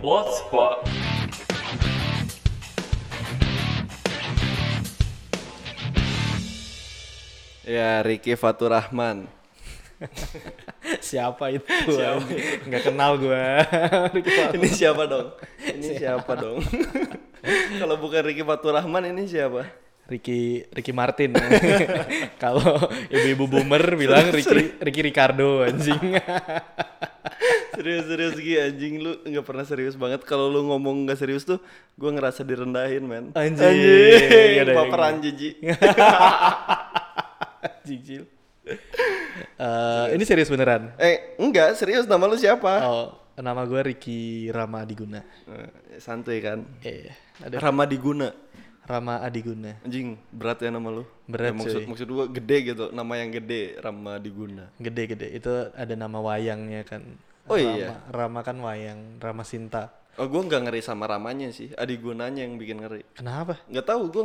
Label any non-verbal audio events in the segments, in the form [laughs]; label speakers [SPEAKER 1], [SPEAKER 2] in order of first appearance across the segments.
[SPEAKER 1] Blind Spot.
[SPEAKER 2] Ya, Riki
[SPEAKER 3] [laughs]
[SPEAKER 2] Faturahman.
[SPEAKER 3] Siapa itu? Nggak kenal gua.
[SPEAKER 2] ini siapa dong? Ini siapa dong? [laughs] Kalau bukan Riki Faturahman ini siapa?
[SPEAKER 3] Ricky Ricky
[SPEAKER 2] [laughs]
[SPEAKER 3] Martin. Kalau ibu-ibu boomer bilang Ricky Ricky Ricardo
[SPEAKER 2] [laughs]
[SPEAKER 3] anjing.
[SPEAKER 2] Serius-serius Gi, anjing lu nggak pernah serius banget. Kalau lu ngomong nggak serius tuh, gue ngerasa direndahin, men.
[SPEAKER 3] Anjing. Iya,
[SPEAKER 2] Anjing.
[SPEAKER 3] ada yang-
[SPEAKER 2] Paparan jiji. [laughs]
[SPEAKER 3] Jijil. Eh, ini serius beneran.
[SPEAKER 2] eh, enggak, serius nama lu siapa?
[SPEAKER 3] Oh, nama gua Ricky Rama Adiguna.
[SPEAKER 2] Eh, Santuy kan.
[SPEAKER 3] Eh, ada
[SPEAKER 2] Rama Diguna.
[SPEAKER 3] Rama Adiguna.
[SPEAKER 2] Anjing, berat ya nama lu. Ya,
[SPEAKER 3] Berat,
[SPEAKER 2] maksud,
[SPEAKER 3] cuy.
[SPEAKER 2] maksud gue gede gitu, nama yang gede, Rama Diguna.
[SPEAKER 3] Gede-gede itu ada nama wayangnya kan.
[SPEAKER 2] Oh,
[SPEAKER 3] Rama-
[SPEAKER 2] iya.
[SPEAKER 3] Rama kan wayang, Rama Sinta.
[SPEAKER 2] Oh, gue nggak ngeri sama ramanya sih. Adigunanya yang bikin ngeri.
[SPEAKER 3] Kenapa?
[SPEAKER 2] nggak tahu gue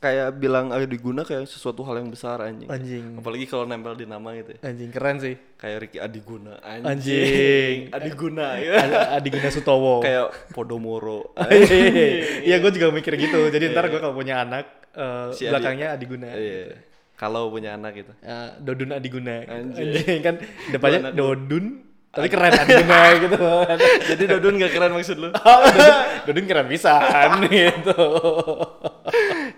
[SPEAKER 2] kayak bilang ayo diguna kayak sesuatu hal yang besar anjing
[SPEAKER 3] Anjing.
[SPEAKER 2] apalagi kalau nempel di nama gitu ya
[SPEAKER 3] Anjing keren sih.
[SPEAKER 2] kayak Ricky Adiguna anjing,
[SPEAKER 3] Anjing.
[SPEAKER 2] [laughs]
[SPEAKER 3] Oh.
[SPEAKER 2] Adiguna ya
[SPEAKER 3] Ada Adiguna Sutowo.
[SPEAKER 2] kayak
[SPEAKER 3] [laughs]
[SPEAKER 2] Podomoro
[SPEAKER 3] Iya, gue juga mikir gitu. Jadi ntar gue kalau punya anak eh,
[SPEAKER 2] Iya. Si Adi-
[SPEAKER 3] belakangnya Adiguna.
[SPEAKER 2] Iya. kalau punya anak
[SPEAKER 3] [laughs]
[SPEAKER 2] gitu
[SPEAKER 3] Eh, Dodun Adiguna. gitu.
[SPEAKER 2] Anjing.
[SPEAKER 3] Anjing kan depannya
[SPEAKER 2] Anak
[SPEAKER 3] Dodun tapi keren Adiguna [laughs] gitu.
[SPEAKER 2] jadi Dodun gak keren maksud lu
[SPEAKER 3] Dodun, Dodun keren pisan [laughs] gitu.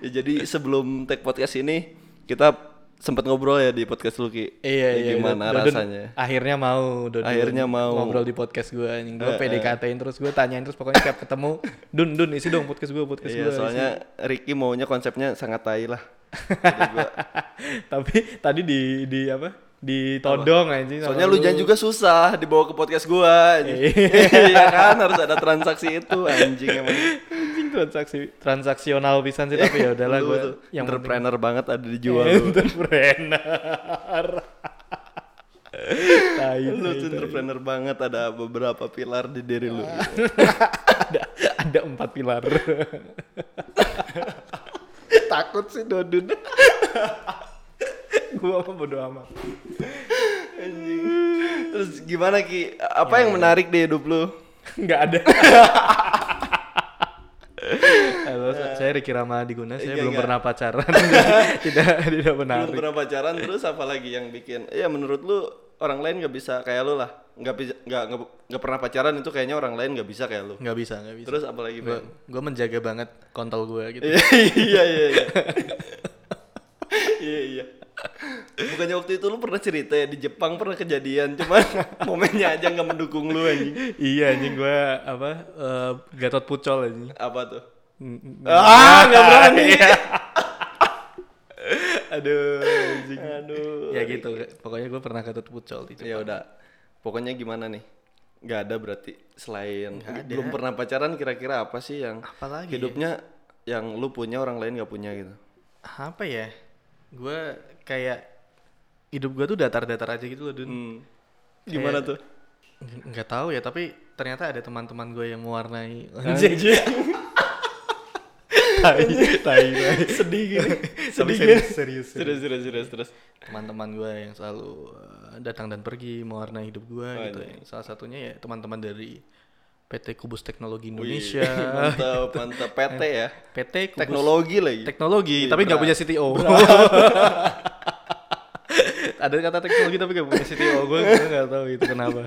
[SPEAKER 2] ya, jadi sebelum take podcast ini kita sempat ngobrol ya di podcast lu Ki
[SPEAKER 3] Iya,
[SPEAKER 2] Ya,
[SPEAKER 3] iya.
[SPEAKER 2] gimana
[SPEAKER 3] Dodun-
[SPEAKER 2] rasanya
[SPEAKER 3] Akhirnya mau Dodun.
[SPEAKER 2] Akhirnya mau.
[SPEAKER 3] Ngobrol di podcast gue anjing. Gue
[SPEAKER 2] Eh, eh.
[SPEAKER 3] PDKT-in terus gue tanyain terus pokoknya tiap ketemu, "Dun, Dun, isi dong podcast gue, podcast
[SPEAKER 2] Iya,
[SPEAKER 3] gue."
[SPEAKER 2] soalnya Ricky maunya konsepnya sangat tai lah Jadi gua-
[SPEAKER 3] [laughs] Tapi tadi di di apa? Ditodong anjing. sama
[SPEAKER 2] Soalnya lu jangan juga susah dibawa ke podcast gua anjing. [laughs] Iya kan harus ada transaksi itu anjing emang.
[SPEAKER 3] anjing transaksi transaksional pisan sih tapi ya udahlah
[SPEAKER 2] Lu
[SPEAKER 3] gue
[SPEAKER 2] tuh
[SPEAKER 3] yang penting- Iya,
[SPEAKER 2] entrepreneur banget ada di jiwa lu.
[SPEAKER 3] entrepreneur. Tai
[SPEAKER 2] Lu tuh
[SPEAKER 3] tai, tai.
[SPEAKER 2] entrepreneur banget ada beberapa pilar di diri lu.
[SPEAKER 3] Iya. ada ada empat pilar. Takut sih Dodun. gua mah bodo amat.
[SPEAKER 2] Terus gimana Ki?
[SPEAKER 3] Iya,
[SPEAKER 2] Apa yang menarik di hidup lu?
[SPEAKER 3] Enggak ada. Halo, saya Riki Rama Diguna, saya
[SPEAKER 2] Iya,
[SPEAKER 3] belum
[SPEAKER 2] enggak.
[SPEAKER 3] pernah pacaran. [laughs] tidak tidak
[SPEAKER 2] Belum
[SPEAKER 3] menarik.
[SPEAKER 2] pernah pacaran terus apa lagi yang bikin? Ya menurut lu orang lain nggak bisa kayak lu lah. Nggak bisa nggak nggak- nggak pernah pacaran itu kayaknya orang lain nggak bisa kayak lu.
[SPEAKER 3] Enggak bisa, enggak bisa.
[SPEAKER 2] Terus apa lagi?
[SPEAKER 3] gue
[SPEAKER 2] Bang?
[SPEAKER 3] gue menjaga banget kontol gue gitu.
[SPEAKER 2] Iya iya iya. iya. Iya iya. Bukannya waktu itu lu pernah cerita ya di Jepang pernah kejadian, cuman [laughs] momennya aja nggak mendukung lu anjing.
[SPEAKER 3] iya anjing gue apa eh, Gatot Pucol anjing. iya.
[SPEAKER 2] Apa tuh?
[SPEAKER 3] Mm, mm.
[SPEAKER 2] Ah, nggak
[SPEAKER 3] [laughs]
[SPEAKER 2] berani.
[SPEAKER 3] Aduh anjing.
[SPEAKER 2] Aduh.
[SPEAKER 3] ya gitu, pokoknya gue pernah Gatot Pucol di
[SPEAKER 2] Ya udah. Pokoknya gimana nih? Nggak ada berarti selain belum pernah pacaran kira-kira apa sih yang
[SPEAKER 3] Apalagi
[SPEAKER 2] hidupnya yang lu punya orang lain nggak punya gitu.
[SPEAKER 3] apa ya gue kayak hidup gue tuh datar-datar aja gitu loh dun
[SPEAKER 2] Hmm. Gimana tuh?
[SPEAKER 3] Ng- nggak tahu ya tapi ternyata ada teman-teman gue yang mewarnai
[SPEAKER 2] Anjing. [laughs]
[SPEAKER 3] tai tai [laughs] tai.
[SPEAKER 2] Sedih gini.
[SPEAKER 3] Tapi
[SPEAKER 2] Sedih
[SPEAKER 3] [laughs]
[SPEAKER 2] gini.
[SPEAKER 3] serius,
[SPEAKER 2] Serius
[SPEAKER 3] serius,
[SPEAKER 2] serius serius terus.
[SPEAKER 3] gitu. teman-teman gue yang selalu uh, datang dan pergi mewarnai hidup gue gitu ya. salah satunya ya teman-teman dari PT Kubus Teknologi Indonesia [laughs]
[SPEAKER 2] mantap mantap PT ya
[SPEAKER 3] PT Kubus
[SPEAKER 2] teknologi lagi
[SPEAKER 3] Teknologi,
[SPEAKER 2] Wih,
[SPEAKER 3] tapi nggak
[SPEAKER 2] berat.
[SPEAKER 3] punya CTO. [laughs] Ada kata teknologi tapi nggak punya CTO. Gue nggak tahu itu kenapa.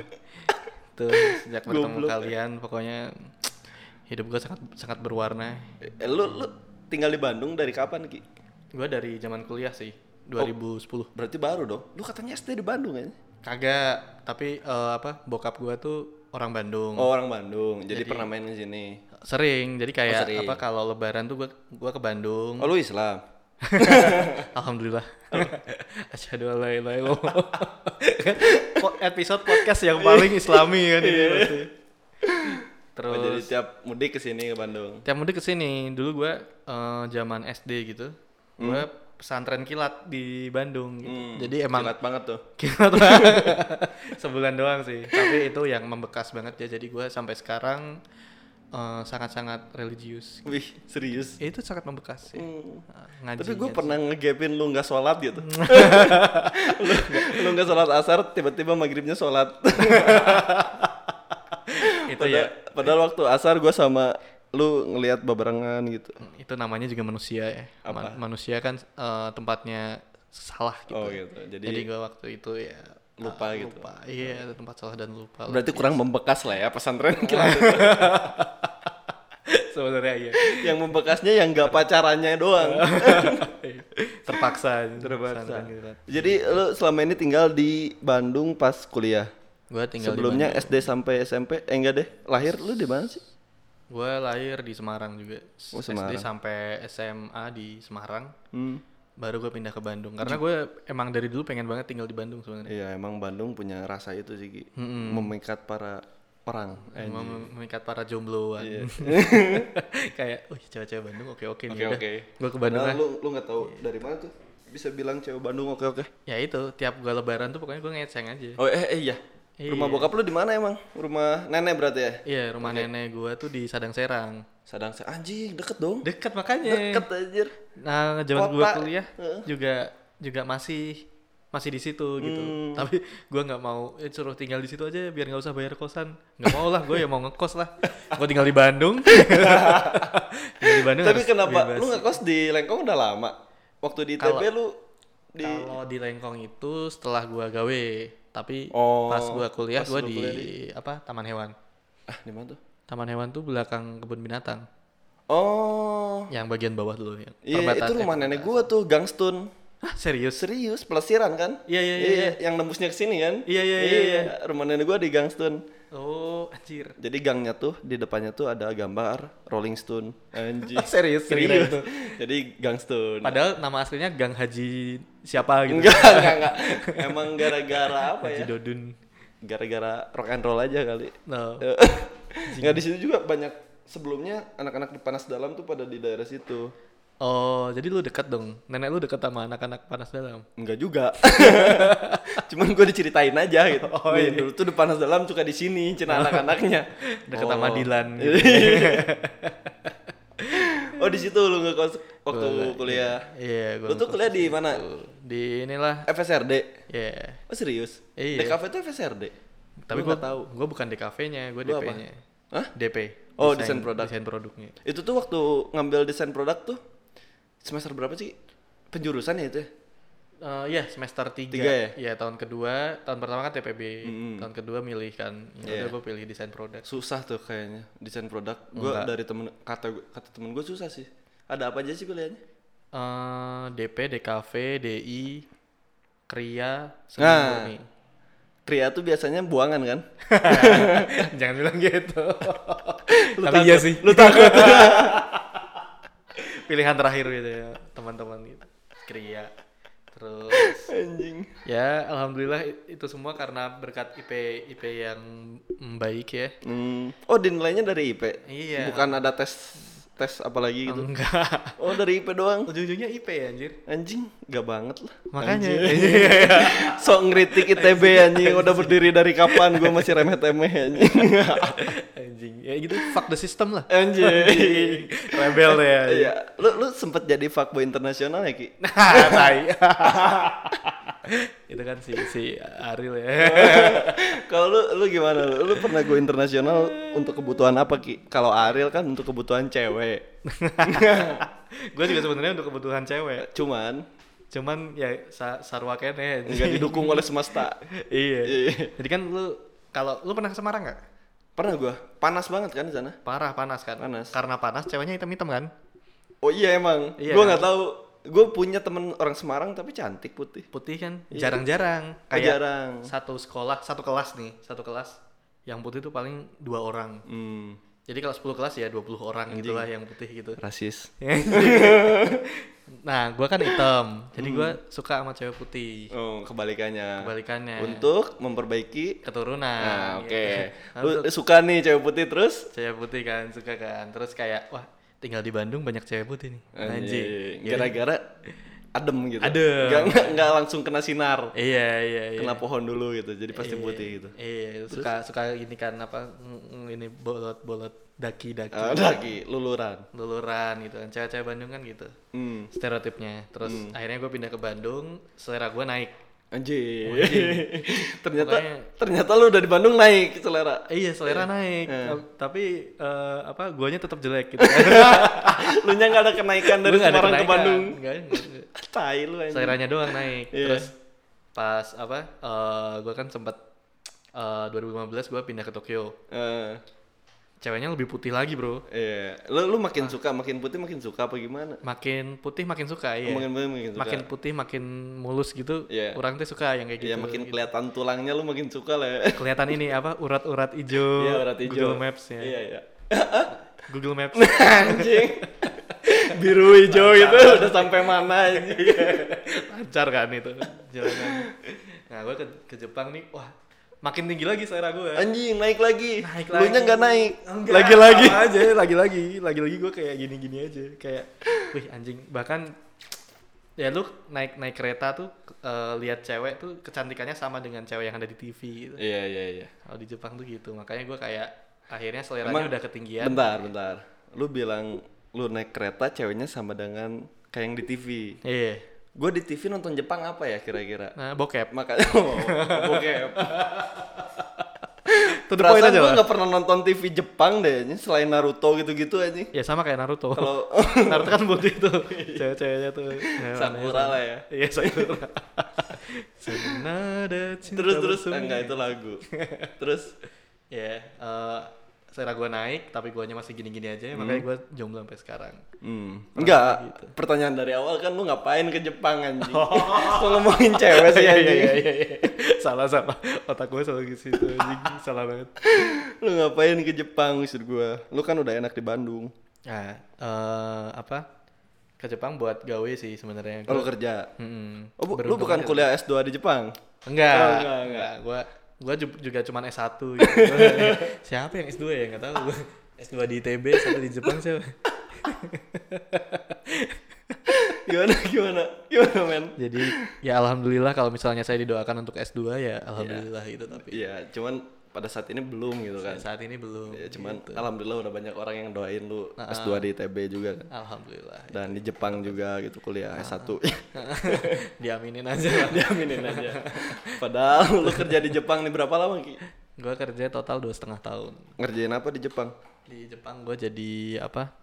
[SPEAKER 3] Tuh sejak bertemu
[SPEAKER 2] Goblok.
[SPEAKER 3] kalian, pokoknya hidup gue sangat sangat berwarna.
[SPEAKER 2] Eh, lu lu tinggal di Bandung dari kapan ki
[SPEAKER 3] Gue dari zaman kuliah sih, 2010.
[SPEAKER 2] berarti baru dong lu katanya SD di Bandung kan
[SPEAKER 3] Hmm. Kagak, tapi eh, apa? Bokap gue tuh orang Bandung.
[SPEAKER 2] oh orang Bandung jadi, pernah main ke sini
[SPEAKER 3] Oh, Sering, jadi kayak
[SPEAKER 2] sering.
[SPEAKER 3] apa kalau Lebaran tuh gue gua ke Bandung.
[SPEAKER 2] oh lu Islam
[SPEAKER 3] Alhamdulillah. [laughs] Asyhadu alla ilaha illallah. Kan Po- Episode podcast yang paling islami kan ini pasti.
[SPEAKER 2] oh, jadi
[SPEAKER 3] Terus
[SPEAKER 2] tiap mudik ke sini ke Bandung
[SPEAKER 3] tiap mudik kesini dulu gua eh, zaman SD gitu. Gua pesantren kilat di Bandung gitu.
[SPEAKER 2] Hmm,
[SPEAKER 3] Jadi emang
[SPEAKER 2] kilat banget tuh
[SPEAKER 3] [laughs] kilat banget. Sebulan doang sih. Tapi itu yang membekas banget ya. Jadi gua sampai sekarang eh, sangat-sangat religius.
[SPEAKER 2] wih serius
[SPEAKER 3] Itu sangat membekas sih. Eh,
[SPEAKER 2] Hmm.
[SPEAKER 3] Ngaji,
[SPEAKER 2] tapi gue
[SPEAKER 3] ngaji.
[SPEAKER 2] pernah ngegapin lu nggak sholat
[SPEAKER 3] [laughs]
[SPEAKER 2] gitu lu, lu nggak sholat asar tiba-tiba maghribnya sholat
[SPEAKER 3] itu ya
[SPEAKER 2] Pada- Padahal waktu asar gue sama lu ngelihat babarengan gitu.
[SPEAKER 3] Hmm, itu namanya juga manusia ya Ma- manusia kan eh, tempatnya salah gitu
[SPEAKER 2] Oh gitu. Jadi,
[SPEAKER 3] jadi, gua waktu itu ya
[SPEAKER 2] Lupa
[SPEAKER 3] ah,
[SPEAKER 2] gitu.
[SPEAKER 3] lupa iya ada tempat salah dan lupa
[SPEAKER 2] berarti kurang membekas lah ya
[SPEAKER 3] [laughs]
[SPEAKER 2] pesantren kilat itu.
[SPEAKER 3] sebenarnya iya
[SPEAKER 2] yang membekasnya yang nggak pacarannya doang.
[SPEAKER 3] [laughs] terpaksa kan.
[SPEAKER 2] Terpaksa.
[SPEAKER 3] gitu,
[SPEAKER 2] Jadi lu selama ini tinggal di Bandung pas kuliah.
[SPEAKER 3] gue tinggal
[SPEAKER 2] Sebelumnya
[SPEAKER 3] di
[SPEAKER 2] SD
[SPEAKER 3] Bandung.
[SPEAKER 2] sampai SMP, eh enggak deh. Lahir lu di mana sih?
[SPEAKER 3] gue lahir di Semarang juga
[SPEAKER 2] Oh, Semarang.
[SPEAKER 3] SD sampai SMA di Semarang
[SPEAKER 2] Hmm.
[SPEAKER 3] baru gue pindah ke Bandung karena gue emang dari dulu pengen banget tinggal di Bandung sebenarnya
[SPEAKER 2] Iya, emang Bandung punya rasa itu sih, Ki.
[SPEAKER 3] Hmm.
[SPEAKER 2] memikat para orang.
[SPEAKER 3] Mem- mem- memikat para jombloan [laughs] kayak wih cewek-cewek Bandung oke oke nih
[SPEAKER 2] Iya. Oke, oke.
[SPEAKER 3] gue ke Bandung lah
[SPEAKER 2] Padahal Nah, lu lu nggak tahu dari mana tuh bisa bilang cewek Bandung oke oke.
[SPEAKER 3] ya itu tiap gue lebaran tuh pokoknya gue ngeceng aja
[SPEAKER 2] Oh eh, eh, iya. Rumah bokap lu di mana emang? Rumah nenek berarti ya?
[SPEAKER 3] iya rumah nenek gue tuh di Sadang Serang
[SPEAKER 2] Sadang saya anjing deket dong.
[SPEAKER 3] deket makanya
[SPEAKER 2] Deket anjir.
[SPEAKER 3] nah zaman gue
[SPEAKER 2] Kota.
[SPEAKER 3] kuliah juga juga masih masih di situ gitu
[SPEAKER 2] Hmm.
[SPEAKER 3] tapi gue nggak mau eh, suruh tinggal di situ aja biar nggak usah bayar kosan nggak mau lah gue ya mau ngekos lah gue tinggal di
[SPEAKER 2] [laughs]
[SPEAKER 3] Bandung tinggal di Bandung
[SPEAKER 2] Tapi
[SPEAKER 3] harus
[SPEAKER 2] kenapa
[SPEAKER 3] bebas.
[SPEAKER 2] lu ngekos di Lengkong udah lama? Waktu di ITB lu di
[SPEAKER 3] Kalau di Lengkong itu setelah gua gawe, tapi
[SPEAKER 2] Oh,
[SPEAKER 3] pas gua kuliah
[SPEAKER 2] pas
[SPEAKER 3] gua
[SPEAKER 2] lu
[SPEAKER 3] di
[SPEAKER 2] kuliah
[SPEAKER 3] apa? Taman hewan.
[SPEAKER 2] ah di mana tuh?
[SPEAKER 3] Taman hewan tuh belakang kebun binatang,
[SPEAKER 2] Oh.
[SPEAKER 3] yang bagian bawah dulu ya.
[SPEAKER 2] Iya, itu rumah nenek gua tuh, Gangstun.
[SPEAKER 3] Hah, serius?
[SPEAKER 2] Serius, pelesiran kan?
[SPEAKER 3] Iya, iya, iya,
[SPEAKER 2] yang nembusnya ke sini kan?
[SPEAKER 3] Iya, iya, iya,
[SPEAKER 2] Rumah nenek gua di Gangstun.
[SPEAKER 3] Oh, anjir.
[SPEAKER 2] Jadi gangnya tuh di depannya tuh ada gambar Rolling Stone. Anjir.
[SPEAKER 3] [laughs] Serius,
[SPEAKER 2] Serius.
[SPEAKER 3] serius. tuh.
[SPEAKER 2] Jadi Gangstone.
[SPEAKER 3] Padahal nama aslinya Gang Haji siapa gitu.
[SPEAKER 2] Enggak, enggak, enggak. Emang gara-gara apa
[SPEAKER 3] Haji
[SPEAKER 2] ya?
[SPEAKER 3] Dodun. Nah,
[SPEAKER 2] Gara-gara rock and roll aja kali.
[SPEAKER 3] No.
[SPEAKER 2] Enggak di situ juga banyak sebelumnya anak-anak di panas dalam tuh pada di daerah situ.
[SPEAKER 3] Oh, jadi lu dekat dong. Nenek lu dekat sama anak-anak panas dalam.
[SPEAKER 2] Enggak juga. [laughs] Cuman gue diceritain aja gitu. Oh,
[SPEAKER 3] iya.
[SPEAKER 2] dulu tuh di panas dalam suka di sini cina anak-anaknya.
[SPEAKER 3] Dekat sama
[SPEAKER 2] [laughs]
[SPEAKER 3] Dilan gitu.
[SPEAKER 2] oh, di situ lu ngekos waktu kuliah.
[SPEAKER 3] Iya,
[SPEAKER 2] Lu
[SPEAKER 3] gua
[SPEAKER 2] tuh kuliah di mana?
[SPEAKER 3] di inilah.
[SPEAKER 2] FSRD.
[SPEAKER 3] Iya.
[SPEAKER 2] Oh, serius?
[SPEAKER 3] Iya.
[SPEAKER 2] DKV tuh FSRD.
[SPEAKER 3] Tapi
[SPEAKER 2] Lu
[SPEAKER 3] gua
[SPEAKER 2] nggak tahu.
[SPEAKER 3] Gua bukan DKV-nya, gua
[SPEAKER 2] Lu apa?
[SPEAKER 3] DP-nya.
[SPEAKER 2] Hah?
[SPEAKER 3] DP.
[SPEAKER 2] Oh, desain produk.
[SPEAKER 3] Desain produknya.
[SPEAKER 2] Itu tuh waktu ngambil desain produk tuh semester berapa sih? Penjurusan ya itu ya?
[SPEAKER 3] Eh, ya semester 3.
[SPEAKER 2] Tiga ya?
[SPEAKER 3] Iya, tahun kedua, tahun pertama kan TPB, tahun kedua milih kan.
[SPEAKER 2] Iya.
[SPEAKER 3] Ya udah gua pilih desain produk.
[SPEAKER 2] Susah tuh kayaknya desain produk. Gua dari temen kata gua- kata temen gue susah sih. Ada apa aja sih kuliahnya?
[SPEAKER 3] Eh, DP, DKV, DI, Kria, seni
[SPEAKER 2] Nah.
[SPEAKER 3] murni. [laughs]
[SPEAKER 2] Kria tuh biasanya buangan kan?
[SPEAKER 3] Jangan bilang gitu. [laughs]
[SPEAKER 2] Lu
[SPEAKER 3] Tapi iya
[SPEAKER 2] takut-
[SPEAKER 3] sih.
[SPEAKER 2] Lu takut.
[SPEAKER 3] [laughs] Pilihan terakhir gitu ya, teman-teman gitu. Kria. Terus
[SPEAKER 2] [laughs] Anjing.
[SPEAKER 3] Ya, alhamdulillah i- itu semua karena berkat IP IP yang mm, baik ya.
[SPEAKER 2] Hmm. Oh, dinilainya dari IP.
[SPEAKER 3] Iya.
[SPEAKER 2] Bukan ada tes tes apa lagi gitu.
[SPEAKER 3] Enggak.
[SPEAKER 2] Oh, dari IP doang.
[SPEAKER 3] [laughs] Ujung-ujungnya IP ya, anjir.
[SPEAKER 2] Anjing, gak banget lah.
[SPEAKER 3] Makanya. [laughs]
[SPEAKER 2] [laughs]
[SPEAKER 3] Iya.
[SPEAKER 2] Sok ngeritik ITB anjing, udah berdiri dari kapan gue masih remeh-temeh anjing.
[SPEAKER 3] Anjing. Ya gitu fuck the system lah.
[SPEAKER 2] anjing.
[SPEAKER 3] Rebel ya.
[SPEAKER 2] [laughs] Iya, lu lu sempet jadi fuckboy internasional ya, Ki?
[SPEAKER 3] [laughs] Nah, tai. itu kan si si Aril
[SPEAKER 2] [laughs]
[SPEAKER 3] ya.
[SPEAKER 2] Kalau lu lu gimana lu? Lu pernah go internasional untuk kebutuhan apa, Ki? Kalau Ariel kan untuk kebutuhan cewek.
[SPEAKER 3] gue juga sebenarnya untuk kebutuhan cewek.
[SPEAKER 2] Cuman
[SPEAKER 3] Cuman ya sa sarwa kene. anjing.
[SPEAKER 2] [laughs] nggak didukung oleh semesta.
[SPEAKER 3] iya.
[SPEAKER 2] Iya.
[SPEAKER 3] Jadi kan lu kalau lu pernah ke Semarang nggak?
[SPEAKER 2] Pernah gua, panas banget kan di sana.
[SPEAKER 3] Parah panas kan?
[SPEAKER 2] Panas.
[SPEAKER 3] Karena panas ceweknya hitam-hitam kan?
[SPEAKER 2] Oh iya emang.
[SPEAKER 3] Iya,
[SPEAKER 2] gua
[SPEAKER 3] kan?
[SPEAKER 2] nggak tahu. Gue punya temen orang Semarang tapi cantik putih.
[SPEAKER 3] putih kan jarang-jarang
[SPEAKER 2] Oh,
[SPEAKER 3] kayak
[SPEAKER 2] jarang.
[SPEAKER 3] satu sekolah satu kelas nih satu kelas yang putih tuh paling dua orang
[SPEAKER 2] Hmm,
[SPEAKER 3] jadi kalau 10 kelas ya 20 orang gitulah yang putih gitu
[SPEAKER 2] rasis.
[SPEAKER 3] nah gua kan hitam jadi gua
[SPEAKER 2] Hmm.
[SPEAKER 3] suka sama cewek putih
[SPEAKER 2] Oh, kebalikannya.
[SPEAKER 3] kebalikannya
[SPEAKER 2] Untuk memperbaiki.
[SPEAKER 3] keturunan
[SPEAKER 2] Nah, oke.
[SPEAKER 3] [laughs]
[SPEAKER 2] Lu
[SPEAKER 3] gitu.
[SPEAKER 2] suka nih cewek putih terus?
[SPEAKER 3] cewek putih kan suka kan terus kayak wah tinggal di Bandung banyak cewek putih nih anjing
[SPEAKER 2] Gara-gara adem gitu.
[SPEAKER 3] Adem.
[SPEAKER 2] Nggak- Nggak nggak langsung kena sinar.
[SPEAKER 3] iya iya iya
[SPEAKER 2] Kena pohon dulu gitu. Jadi pasti
[SPEAKER 3] Iya,
[SPEAKER 2] putih gitu.
[SPEAKER 3] iya suka suka ini kan apa mm, mm, ini bolot bolot daki daki
[SPEAKER 2] Ah, lagi luluran.
[SPEAKER 3] luluran gitu kan cewek-cewek Bandung kan gitu
[SPEAKER 2] Hmm.
[SPEAKER 3] stereotipnya terus akhirnya gue pindah ke Bandung selera gue naik
[SPEAKER 2] Anjir.
[SPEAKER 3] [laughs] Anjing.
[SPEAKER 2] ternyata
[SPEAKER 3] Makanya-
[SPEAKER 2] ternyata lu dari Bandung naik selera.
[SPEAKER 3] Eh, iya selera naik
[SPEAKER 2] Eh.
[SPEAKER 3] Ta- tapi eh, apa guanya tetap jelek
[SPEAKER 2] [laughs]
[SPEAKER 3] gitu
[SPEAKER 2] [laughs] lu nya nggak ada kenaikan dari
[SPEAKER 3] Gua nggak ada
[SPEAKER 2] Semarang ke
[SPEAKER 3] kenaikan.
[SPEAKER 2] Bandung. [laughs]
[SPEAKER 3] Nggak, nggak, nggak.
[SPEAKER 2] Tai lu anjing.
[SPEAKER 3] seleranya doang naik
[SPEAKER 2] Iya.
[SPEAKER 3] terus pas apa eh gue kan sempat eh 2015 gue pindah ke Tokyo
[SPEAKER 2] Eh,
[SPEAKER 3] ceweknya lebih putih lagi bro
[SPEAKER 2] iya. Lu lu makin suka, makin putih makin suka apa gimana?
[SPEAKER 3] makin putih makin suka iya
[SPEAKER 2] Makin putih makin suka.
[SPEAKER 3] makin putih makin mulus gitu
[SPEAKER 2] Iya.
[SPEAKER 3] orang tuh suka yang kayak gitu
[SPEAKER 2] Iya, makin kelihatan tulangnya lu makin suka lah ya.
[SPEAKER 3] kelihatan ini apa urat-urat hijau
[SPEAKER 2] Iya, urat hijau.
[SPEAKER 3] Google Maps ya
[SPEAKER 2] Iya, iya.
[SPEAKER 3] Google Maps [laughs]
[SPEAKER 2] anjing. [laughs] Biru hijau itu udah sampai mana anjing.
[SPEAKER 3] [laughs] lancar kan itu jalanan nah gue ke, ke Jepang nih wah makin tinggi lagi selera gue
[SPEAKER 2] Anjing naik lagi.
[SPEAKER 3] Naik
[SPEAKER 2] Lu nya
[SPEAKER 3] lagi.
[SPEAKER 2] nggak naik.
[SPEAKER 3] Enggak,
[SPEAKER 2] Lagi-lagi.
[SPEAKER 3] sama aja lagi-lagi lagi-lagi gue kayak gini-gini aja kayak wih anjing bahkan ya lu naik naik kereta tuh eh, lihat cewek tuh kecantikannya sama dengan cewek yang ada di TV gitu.
[SPEAKER 2] Iya, iya, iya.
[SPEAKER 3] kalau di Jepang tuh gitu makanya gue kayak akhirnya seleranya
[SPEAKER 2] Emang-
[SPEAKER 3] udah ketinggian
[SPEAKER 2] Bentar, bentar. Lu bilang lu naik kereta ceweknya sama dengan kayak yang di TV.
[SPEAKER 3] iya
[SPEAKER 2] Gue di TV nonton Jepang apa ya kira-kira?
[SPEAKER 3] nah bokep
[SPEAKER 2] Makanya [laughs] oh, bokep.
[SPEAKER 3] [laughs] to the point
[SPEAKER 2] Perasaan
[SPEAKER 3] aja
[SPEAKER 2] gue
[SPEAKER 3] lah
[SPEAKER 2] gak pernah nonton TV Jepang deh, ini selain Naruto gitu-gitu anjing.
[SPEAKER 3] ya sama kayak Naruto
[SPEAKER 2] Kalau
[SPEAKER 3] [laughs]
[SPEAKER 2] [laughs] Iya.
[SPEAKER 3] Naruto kan putih tuh cewek-ceweknya tuh Hewan,
[SPEAKER 2] Sakura
[SPEAKER 3] hewan.
[SPEAKER 2] lah ya.
[SPEAKER 3] iya Sakura [laughs] Senada cinta
[SPEAKER 2] terus terus
[SPEAKER 3] bersemi.
[SPEAKER 2] eh, enggak itu
[SPEAKER 3] [laughs]
[SPEAKER 2] lagu. terus
[SPEAKER 3] ya eh, selera gue naik tapi guanya masih gini-gini aja makanya gue jomblo sampai sekarang
[SPEAKER 2] Hmm. Enggak,
[SPEAKER 3] gitu.
[SPEAKER 2] pertanyaan dari awal kan lu ngapain ke Jepang
[SPEAKER 3] [laughs]
[SPEAKER 2] anjing? Kok ngomongin cewek sih
[SPEAKER 3] [laughs] Iya, iya,
[SPEAKER 2] anjing?
[SPEAKER 3] iya, iya, iya. [laughs] salah salah otak gue selalu di situ anjing. salah banget
[SPEAKER 2] Lu ngapain ke Jepang maksud gua? Lu kan udah enak di Bandung.
[SPEAKER 3] nah eh, apa ke Jepang buat gawe sih sebenarnya
[SPEAKER 2] Oh, Lu
[SPEAKER 3] Gua-
[SPEAKER 2] kerja.
[SPEAKER 3] Mm-mm.
[SPEAKER 2] Oh, bu- lu
[SPEAKER 3] Beruntung
[SPEAKER 2] bukan
[SPEAKER 3] aja.
[SPEAKER 2] kuliah S2 di Jepang? [laughs] Oh,
[SPEAKER 3] Enggak,
[SPEAKER 2] enggak,
[SPEAKER 3] enggak,
[SPEAKER 2] enggak.
[SPEAKER 3] enggak. Gua gua ju- juga cuman S1 gitu. [laughs] Gua- siapa yang S2 ya? Enggak tahu [laughs] gua. S2 di ITB, satu di Jepang siapa?
[SPEAKER 2] gimana gimana gimana men
[SPEAKER 3] Jadi ya alhamdulillah kalau misalnya saya didoakan untuk S2 ya alhamdulillah gitu tapi
[SPEAKER 2] iya cuman pada saat ini belum gitu kan
[SPEAKER 3] saat ini belum.
[SPEAKER 2] ya, cuman alhamdulillah udah banyak orang yang doain lu S2 di ITB juga kan
[SPEAKER 3] Alhamdulillah. [laughs]
[SPEAKER 2] dan di Jepang juga gitu kuliah S1
[SPEAKER 3] Diaminin aja. lah.
[SPEAKER 2] diaminin aja [laughs] padahal lu kerja di Jepang nih berapa lama Ki?
[SPEAKER 3] gua kerja total dua setengah tahun.
[SPEAKER 2] ngerjain apa di Jepang
[SPEAKER 3] Di Jepang gua jadi apa?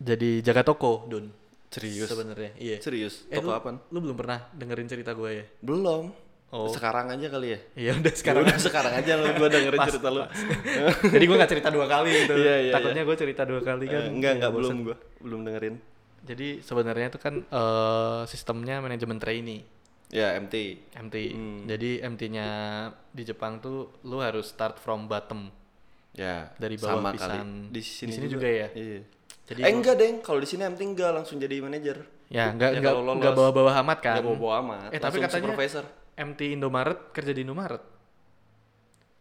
[SPEAKER 3] Jadi jaga toko, Dun.
[SPEAKER 2] Serius?
[SPEAKER 3] Sebenarnya. Iya.
[SPEAKER 2] serius
[SPEAKER 3] Eh,
[SPEAKER 2] toko
[SPEAKER 3] lu-
[SPEAKER 2] apaan?
[SPEAKER 3] Lu belum pernah dengerin cerita gua ya?
[SPEAKER 2] belum
[SPEAKER 3] Oh.
[SPEAKER 2] sekarang aja kali ya
[SPEAKER 3] Iya udah sekarang
[SPEAKER 2] udah sekarang aja lu gua dengerin
[SPEAKER 3] Pas,
[SPEAKER 2] cerita lu
[SPEAKER 3] [laughs] Jadi gue gak cerita dua kali gitu.
[SPEAKER 2] Iya, iya,
[SPEAKER 3] Takutnya gue cerita dua kali kan.
[SPEAKER 2] Eh, enggak enggak belum gua belum dengerin
[SPEAKER 3] Jadi sebenarnya itu kan eh, sistemnya manajemen trainee,
[SPEAKER 2] ya MT
[SPEAKER 3] MT.
[SPEAKER 2] Hmm.
[SPEAKER 3] Jadi MT-nya di Jepang tuh lu harus start from bottom.
[SPEAKER 2] Ya,
[SPEAKER 3] Dari bawah
[SPEAKER 2] sama
[SPEAKER 3] pisan.
[SPEAKER 2] kali. Di
[SPEAKER 3] Di
[SPEAKER 2] sini,
[SPEAKER 3] sini juga ya?
[SPEAKER 2] Iya.
[SPEAKER 3] Jadi
[SPEAKER 2] eh enggak, Deng. Kalau di sini yang tinggal langsung jadi manajer.
[SPEAKER 3] Ya nggak
[SPEAKER 2] Ya,
[SPEAKER 3] nggak
[SPEAKER 2] kalau lolos.
[SPEAKER 3] nggak bawa-bawa amat kan.
[SPEAKER 2] Enggak bobo amat.
[SPEAKER 3] Eh,
[SPEAKER 2] langsung
[SPEAKER 3] tapi katanya-
[SPEAKER 2] supervisor.
[SPEAKER 3] MT Indomaret kerja di Indomaret.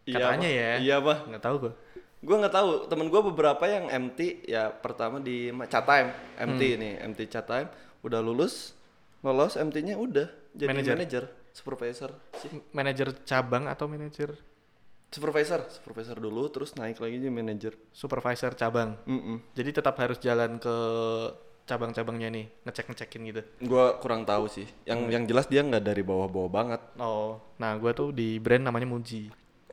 [SPEAKER 2] Iya,
[SPEAKER 3] Katanya
[SPEAKER 2] Pak.
[SPEAKER 3] ya.
[SPEAKER 2] Iya, Pak.
[SPEAKER 3] Nggak tahu gue.
[SPEAKER 2] Gua nggak tahu, temen gua beberapa yang MT ya pertama di Ma- Cataim, MT
[SPEAKER 3] Hmm.
[SPEAKER 2] ini, MT Cataim udah lulus, lolos MT-nya udah jadi manajer,
[SPEAKER 3] Manajer.
[SPEAKER 2] supervisor sih.
[SPEAKER 3] Manajer cabang atau manajer
[SPEAKER 2] Supervisor, supervisor dulu terus naik lagi jadi manajer.
[SPEAKER 3] supervisor cabang.
[SPEAKER 2] Mm
[SPEAKER 3] Jadi tetap harus jalan ke cabang-cabangnya nih, ngecek-ngecekin gitu.
[SPEAKER 2] Gua kurang tahu sih. Yang
[SPEAKER 3] Mm.
[SPEAKER 2] yang jelas dia nggak dari bawah-bawah banget.
[SPEAKER 3] Oh, nah gue tuh di brand namanya Muji.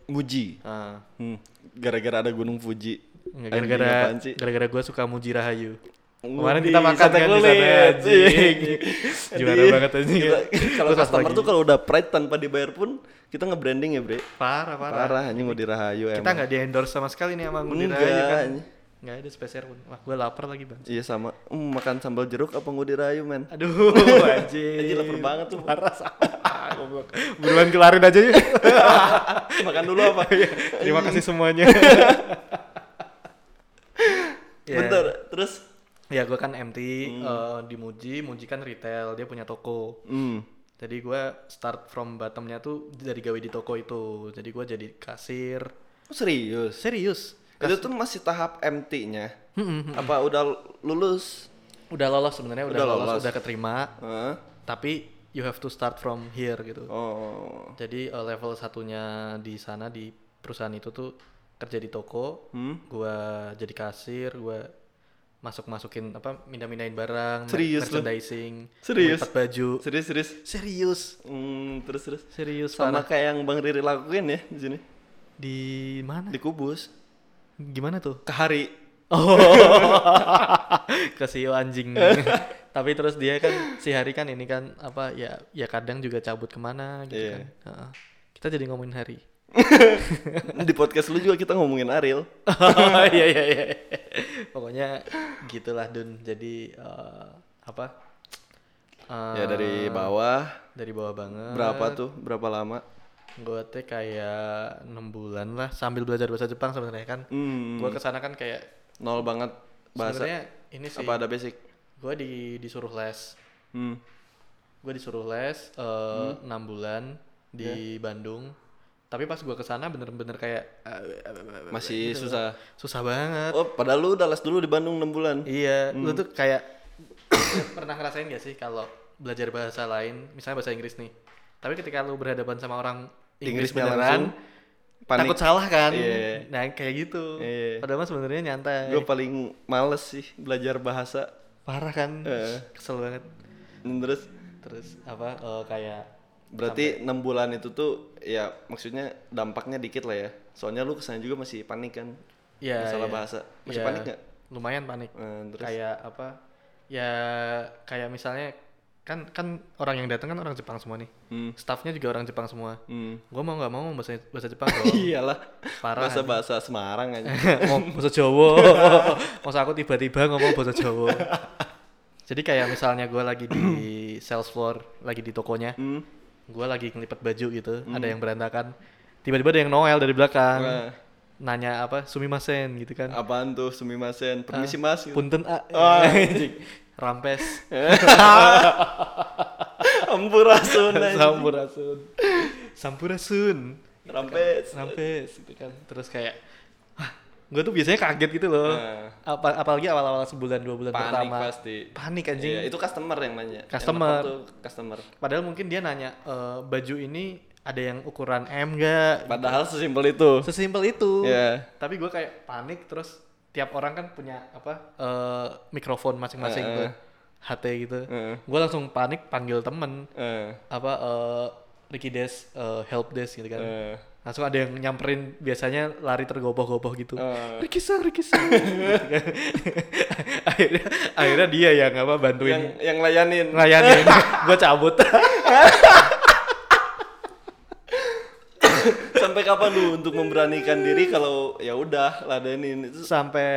[SPEAKER 2] Muji.
[SPEAKER 3] Ah,
[SPEAKER 2] Hmm, gara-gara ada Gunung Fuji.
[SPEAKER 3] nggak
[SPEAKER 2] Anjing,
[SPEAKER 3] Ya, gara-gara
[SPEAKER 2] apaan sih?
[SPEAKER 3] gara-gara gue suka Muji Rahayu.
[SPEAKER 2] Ngudi,
[SPEAKER 3] Kemarin kita makan
[SPEAKER 2] sate
[SPEAKER 3] kan di sana
[SPEAKER 2] kulit,
[SPEAKER 3] anjing.
[SPEAKER 2] iya.
[SPEAKER 3] Juara
[SPEAKER 2] Jadi,
[SPEAKER 3] banget anjing.
[SPEAKER 2] kita- Kalau
[SPEAKER 3] Terus pas
[SPEAKER 2] customer
[SPEAKER 3] lagi-
[SPEAKER 2] tuh kalau udah pride tanpa dibayar pun kita nge-branding ya, Bre.
[SPEAKER 3] parah parah.
[SPEAKER 2] Parah anjing udah rahayu
[SPEAKER 3] Kita
[SPEAKER 2] emang.
[SPEAKER 3] nggak di endorse sama sekali nih sama Muji
[SPEAKER 2] Enggak,
[SPEAKER 3] Rahayu kan.
[SPEAKER 2] anjing.
[SPEAKER 3] Nggak ada spesial pun. Wah, gue lapar lagi
[SPEAKER 2] [laughs]
[SPEAKER 3] bang.
[SPEAKER 2] Iya sama. Hmm, makan sambal jeruk apa ngudi rahayu, men?
[SPEAKER 3] Aduh, anjing.
[SPEAKER 2] Anjing lapar banget lu.
[SPEAKER 3] Parah sama. Goblok. Buruan kelarin aja yuk.
[SPEAKER 2] [laughs] makan dulu
[SPEAKER 3] [laughs]
[SPEAKER 2] apa?
[SPEAKER 3] Iya. Terima kasih semuanya. [laughs] Ya.
[SPEAKER 2] Bentar, Hmm. terus
[SPEAKER 3] Ya gue kan MT eh, di Muji, Muji kan retail, dia punya toko.
[SPEAKER 2] hmm.
[SPEAKER 3] Jadi gue start from bottomnya tuh dari gawe di toko itu. Jadi gue jadi kasir.
[SPEAKER 2] Oh, serius.
[SPEAKER 3] Serius?
[SPEAKER 2] Itu tuh masih tahap MT-nya. Apa udah lulus?
[SPEAKER 3] Udah lolos sebenarnya, udah,
[SPEAKER 2] Udah
[SPEAKER 3] lolos,
[SPEAKER 2] lolos.
[SPEAKER 3] udah keterima.
[SPEAKER 2] Heeh.
[SPEAKER 3] Tapi you have to start from here gitu.
[SPEAKER 2] Oh.
[SPEAKER 3] Jadi eh, level satunya di sana di perusahaan itu tuh kerja di toko.
[SPEAKER 2] Hmm.
[SPEAKER 3] Gue jadi kasir, gue masuk-masukin apa mindah-mindahin barang, mer-
[SPEAKER 2] Serius lu?
[SPEAKER 3] merchandising,
[SPEAKER 2] Serius?
[SPEAKER 3] lipat baju.
[SPEAKER 2] serius serius
[SPEAKER 3] Serius,
[SPEAKER 2] Hmm, terus terus
[SPEAKER 3] serius
[SPEAKER 2] sama
[SPEAKER 3] parah.
[SPEAKER 2] kayak yang bang Riri lakuin ya di sini
[SPEAKER 3] Di mana?
[SPEAKER 2] di kubus
[SPEAKER 3] Gimana tuh? [laughs]
[SPEAKER 2] ke hari [laughs]
[SPEAKER 3] Oh. Kasih
[SPEAKER 2] [laughs]
[SPEAKER 3] anjing. Tapi terus dia kan si hari kan ini kan apa ya ya kadang juga cabut kemana
[SPEAKER 2] Iya.
[SPEAKER 3] gitu kan. Heeh. Kita jadi ngomongin hari.
[SPEAKER 2] di podcast lu juga kita ngomongin Ariel Oh,
[SPEAKER 3] Iya iya iya. [laughs] Pokoknya gitulah Dun. Jadi eh, apa? Eh,
[SPEAKER 2] ya
[SPEAKER 3] Ah.
[SPEAKER 2] dari bawah
[SPEAKER 3] dari bawah banget.
[SPEAKER 2] berapa tuh berapa lama
[SPEAKER 3] Gue teh kayak enam bulan lah sambil belajar bahasa Jepang sebenarnya kan.
[SPEAKER 2] hmm,
[SPEAKER 3] Gue kesana kan kayak
[SPEAKER 2] nol banget bahasa
[SPEAKER 3] sebenarnya ini sih.
[SPEAKER 2] apa ada basic
[SPEAKER 3] Gue di disuruh les.
[SPEAKER 2] hmm.
[SPEAKER 3] Gue disuruh les eh, enam bulan
[SPEAKER 2] Ya.
[SPEAKER 3] di Bandung. Tapi pas gue kesana bener-bener kayak eh,
[SPEAKER 2] masih susah
[SPEAKER 3] susah banget.
[SPEAKER 2] oh padahal lu udah les dulu di Bandung 6 bulan
[SPEAKER 3] Iya, lu
[SPEAKER 2] Hmm.
[SPEAKER 3] tuh kayak [coughs] pernah ngerasain gak sih kalau belajar bahasa lain, misalnya bahasa Inggris nih. Tapi ketika lu berhadapan sama orang Inggris
[SPEAKER 2] Inggrisnya
[SPEAKER 3] beneran,
[SPEAKER 2] panik
[SPEAKER 3] takut salah kan?
[SPEAKER 2] Iya.
[SPEAKER 3] Nah, kayak gitu.
[SPEAKER 2] Iya.
[SPEAKER 3] Padahal mah sebenarnya nyantai.
[SPEAKER 2] gue paling males sih belajar bahasa
[SPEAKER 3] Parah kan?
[SPEAKER 2] Eh.
[SPEAKER 3] Kesel banget.
[SPEAKER 2] Dan Hmm, terus
[SPEAKER 3] Terus apa eh, kayak
[SPEAKER 2] berarti enam bulan itu tuh ya maksudnya dampaknya dikit lah ya soalnya lu kesana juga masih panik kan
[SPEAKER 3] ya
[SPEAKER 2] masalah
[SPEAKER 3] ya.
[SPEAKER 2] bahasa masih
[SPEAKER 3] Ya,
[SPEAKER 2] panik nggak
[SPEAKER 3] Lumayan panik.
[SPEAKER 2] Eh, terus
[SPEAKER 3] Kayak apa? Ya kayak misalnya kan kan orang yang datang kan orang Jepang semua nih.
[SPEAKER 2] Hmm.
[SPEAKER 3] Staffnya juga orang Jepang semua. [laughs]
[SPEAKER 2] hmm. Iya.
[SPEAKER 3] Gue mau nggak mau ngomong bahasa bahasa Jepang
[SPEAKER 2] [laughs]
[SPEAKER 3] dong.
[SPEAKER 2] iyalah
[SPEAKER 3] Iya Parah.
[SPEAKER 2] bahasa bahasa Semarang
[SPEAKER 3] [laughs]
[SPEAKER 2] aja
[SPEAKER 3] mau bahasa [laughs] Jawa. Masa aku tiba-tiba ngomong bahasa Jawa. Jadi kayak misalnya gue lagi di sales floor, lagi di tokonya,
[SPEAKER 2] hmm.
[SPEAKER 3] gue lagi ngelipat baju gitu, ada yang berantakan. Tiba-tiba ada yang Noel dari belakang,
[SPEAKER 2] Nah.
[SPEAKER 3] nanya apa, sumimasen gitu kan.
[SPEAKER 2] apaan tuh sumimasen permisi mas gitu. [laughs]
[SPEAKER 3] Punten a,
[SPEAKER 2] Ah.
[SPEAKER 3] [laughs] rampes, [laughs]
[SPEAKER 2] ampurasun aja.
[SPEAKER 3] sampurasun, sampurasun,
[SPEAKER 2] rampes
[SPEAKER 3] rampes gitu kan. Terus kayak, gue tuh biasanya kaget gitu loh.
[SPEAKER 2] Nah,
[SPEAKER 3] Apa, apalagi awal-awal sebulan dua bulan
[SPEAKER 2] panik
[SPEAKER 3] pertama.
[SPEAKER 2] pasti
[SPEAKER 3] panik anjing.
[SPEAKER 2] Iya, itu customer yang nanya Yang
[SPEAKER 3] Customer.
[SPEAKER 2] nelfon tuh customer
[SPEAKER 3] Padahal mungkin dia nanya e, baju ini ada yang ukuran M gak?
[SPEAKER 2] padahal sesimpel itu
[SPEAKER 3] Sesimpel itu.
[SPEAKER 2] Iya.
[SPEAKER 3] Tapi gue kayak panik terus tiap orang kan punya apa e, mikrofon masing-masing
[SPEAKER 2] Eh,
[SPEAKER 3] tuh, HT gitu.
[SPEAKER 2] Heeh.
[SPEAKER 3] Gue langsung panik panggil temen
[SPEAKER 2] Eh,
[SPEAKER 3] apa e, Ricky Des e, help desk gitu kan.
[SPEAKER 2] eh.
[SPEAKER 3] Langsung ada yang nyamperin biasanya lari tergopoh-gopoh gitu.
[SPEAKER 2] Eh.
[SPEAKER 3] Ricky sang, Ricky sang. [laughs] gitu kan. akhirnya, akhirnya dia yang apa bantuin
[SPEAKER 2] yang yang layanin
[SPEAKER 3] ngelayanin [laughs] gue cabut
[SPEAKER 2] sampai kapan lu untuk memberanikan diri kalau ya udah ladenin itu
[SPEAKER 3] sampai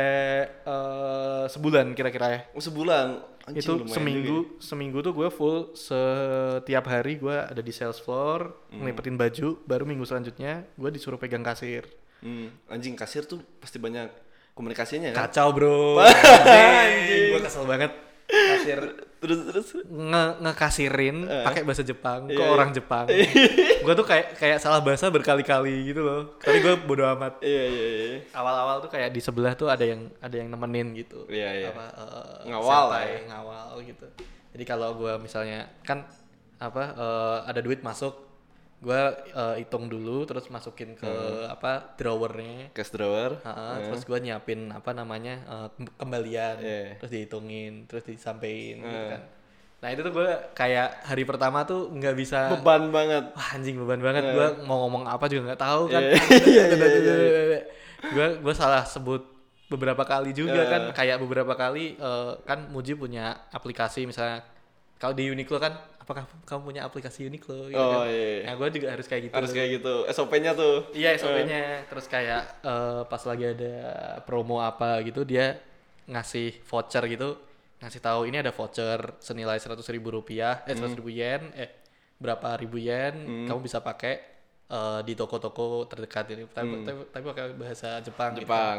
[SPEAKER 3] eh, sebulan kira-kira ya
[SPEAKER 2] sebulan Anjing,
[SPEAKER 3] itu
[SPEAKER 2] lumayan
[SPEAKER 3] seminggu seminggu tuh gue full setiap hari gue ada di sales floor ngelipetin baju baru minggu selanjutnya gue disuruh pegang kasir
[SPEAKER 2] juga. Hmm, anjing kasir tuh pasti banyak komunikasinya kan
[SPEAKER 3] kacau [laughs] bro anjing gue kesel banget kasir Eh.
[SPEAKER 2] terus terus
[SPEAKER 3] nge ngekasirin pakai bahasa Jepang ke
[SPEAKER 2] Iya,
[SPEAKER 3] orang [laughs] Jepang gue tuh kayak kayak salah bahasa berkali-kali gitu loh tapi gue bodo amat
[SPEAKER 2] iya iya iya
[SPEAKER 3] awal-awal tuh kayak di sebelah tuh ada yang ada yang nemenin gitu.
[SPEAKER 2] Iya, iya.
[SPEAKER 3] Apa, eh,
[SPEAKER 2] Ngawal lah ya.
[SPEAKER 3] senpai, ngawal gitu. Jadi kalau gua misalnya kan apa eh, ada duit masuk, gua eh, hitung dulu terus masukin ke
[SPEAKER 2] Hmm.
[SPEAKER 3] apa drawernya.
[SPEAKER 2] cash drawer Nah.
[SPEAKER 3] Ha-ha, Terus gua nyiapin apa namanya eh, kem- kembalian,
[SPEAKER 2] Hmm. Iya. Hmm.
[SPEAKER 3] terus dihitungin, terus disampein gitu kan. Nah itu tuh gua kayak hari pertama tuh nggak bisa
[SPEAKER 2] beban banget
[SPEAKER 3] Wah, anjing beban banget gua mau ngomong apa juga nggak tahu kan. gitu,
[SPEAKER 2] Iya,
[SPEAKER 3] [laughs]
[SPEAKER 2] iya, iya,
[SPEAKER 3] Gua gua salah sebut beberapa kali juga kan
[SPEAKER 2] Iya.
[SPEAKER 3] kayak beberapa kali eh, kan Muji punya aplikasi misalnya kalau di Uniqlo kan apakah kamu punya aplikasi Uniqlo gitu
[SPEAKER 2] Oh,
[SPEAKER 3] kan.
[SPEAKER 2] iya.
[SPEAKER 3] Nah, gua juga harus kayak gitu.
[SPEAKER 2] harus kayak gitu SOP-nya tuh
[SPEAKER 3] Iya, SOP-nya. Terus kayak eh, pas lagi ada promo apa gitu dia ngasih voucher gitu, ngasih tahu ini ada voucher senilai seratus ribu rupiah,
[SPEAKER 2] Hmm.
[SPEAKER 3] eh seratus ribu yen, eh berapa ribu yen, kamu bisa pakai eh, di toko-toko terdekat ini. Tapi, tapi, tapi pakai bahasa Jepang.
[SPEAKER 2] Hmm. Eh,
[SPEAKER 3] gitu.
[SPEAKER 2] Jepang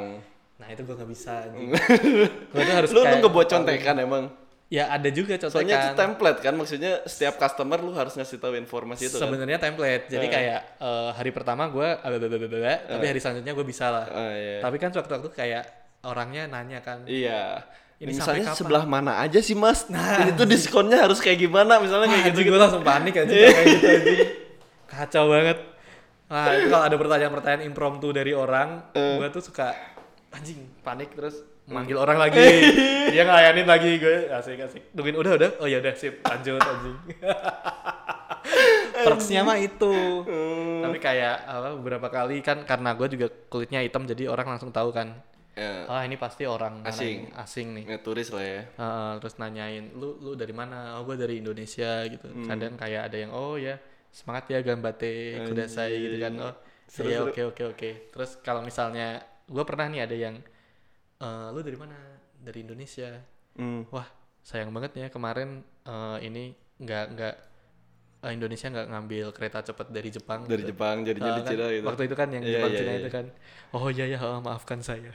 [SPEAKER 3] Nah itu gue nggak
[SPEAKER 2] [laughs]
[SPEAKER 3] bisa. gue tuh harus
[SPEAKER 2] lu lu
[SPEAKER 3] kayak-
[SPEAKER 2] ngebocontekan kan emang
[SPEAKER 3] Ya ada juga contekan.
[SPEAKER 2] soalnya itu template kan maksudnya setiap customer lu harus ngasih tahu informasi itu kan
[SPEAKER 3] Sebenarnya template. Jadi kayak eh, hari pertama gue
[SPEAKER 2] Eh.
[SPEAKER 3] tapi hari selanjutnya gue bisa lah.
[SPEAKER 2] Ah, iya.
[SPEAKER 3] Tapi kan waktu-waktu kayak orangnya nanya kan.
[SPEAKER 2] Iya.
[SPEAKER 3] Ini sampai
[SPEAKER 2] misalnya
[SPEAKER 3] kapan?
[SPEAKER 2] sebelah mana aja sih mas? Nah, [laughs] itu diskonnya harus kayak gimana? Misalnya
[SPEAKER 3] Wah,
[SPEAKER 2] kayak Iya. gitu.
[SPEAKER 3] anjing gue langsung panik aja kayak gitu anjing. Nah, Kacau banget. Wah,
[SPEAKER 2] Eh.
[SPEAKER 3] itu kalau ada pertanyaan-pertanyaan impromptu dari orang, gue tuh suka anjing panik terus manggil
[SPEAKER 2] Hmm.
[SPEAKER 3] orang
[SPEAKER 2] [laughs]
[SPEAKER 3] lagi dia ngelayanin lagi gue asik asik tungguin udah udah oh ya udah sip lanjut
[SPEAKER 2] [laughs]
[SPEAKER 3] anjing perksnya mah itu
[SPEAKER 2] Hmm.
[SPEAKER 3] tapi kayak apa beberapa kali kan karena gue juga kulitnya hitam jadi orang langsung tahu kan
[SPEAKER 2] Ya,
[SPEAKER 3] ah ini pasti orang mana
[SPEAKER 2] Asing.
[SPEAKER 3] ini, asing nih
[SPEAKER 2] ya turis lah ya.
[SPEAKER 3] Heeh, terus nanyain lu lu dari mana oh gue dari Indonesia gitu
[SPEAKER 2] Hmm.
[SPEAKER 3] kadang kayak ada yang oh ya semangat ya gambate kudasai gitu kan oh
[SPEAKER 2] Seru,
[SPEAKER 3] iya
[SPEAKER 2] seru.
[SPEAKER 3] oke oke oke terus kalau misalnya gue pernah nih ada yang "Eh, lu dari mana dari Indonesia
[SPEAKER 2] Hmm.
[SPEAKER 3] wah sayang banget ya kemarin eh, ini nggak nggak eh, Indonesia nggak ngambil kereta cepat dari Jepang
[SPEAKER 2] Dari
[SPEAKER 3] gitu.
[SPEAKER 2] Jepang
[SPEAKER 3] Ah,
[SPEAKER 2] jadinya di
[SPEAKER 3] kan,
[SPEAKER 2] Cina gitu. [laughs]
[SPEAKER 3] waktu itu kan yang
[SPEAKER 2] Iya,
[SPEAKER 3] Jepang
[SPEAKER 2] iya,
[SPEAKER 3] Cina
[SPEAKER 2] iya.
[SPEAKER 3] itu kan oh iya ya oh, maafkan saya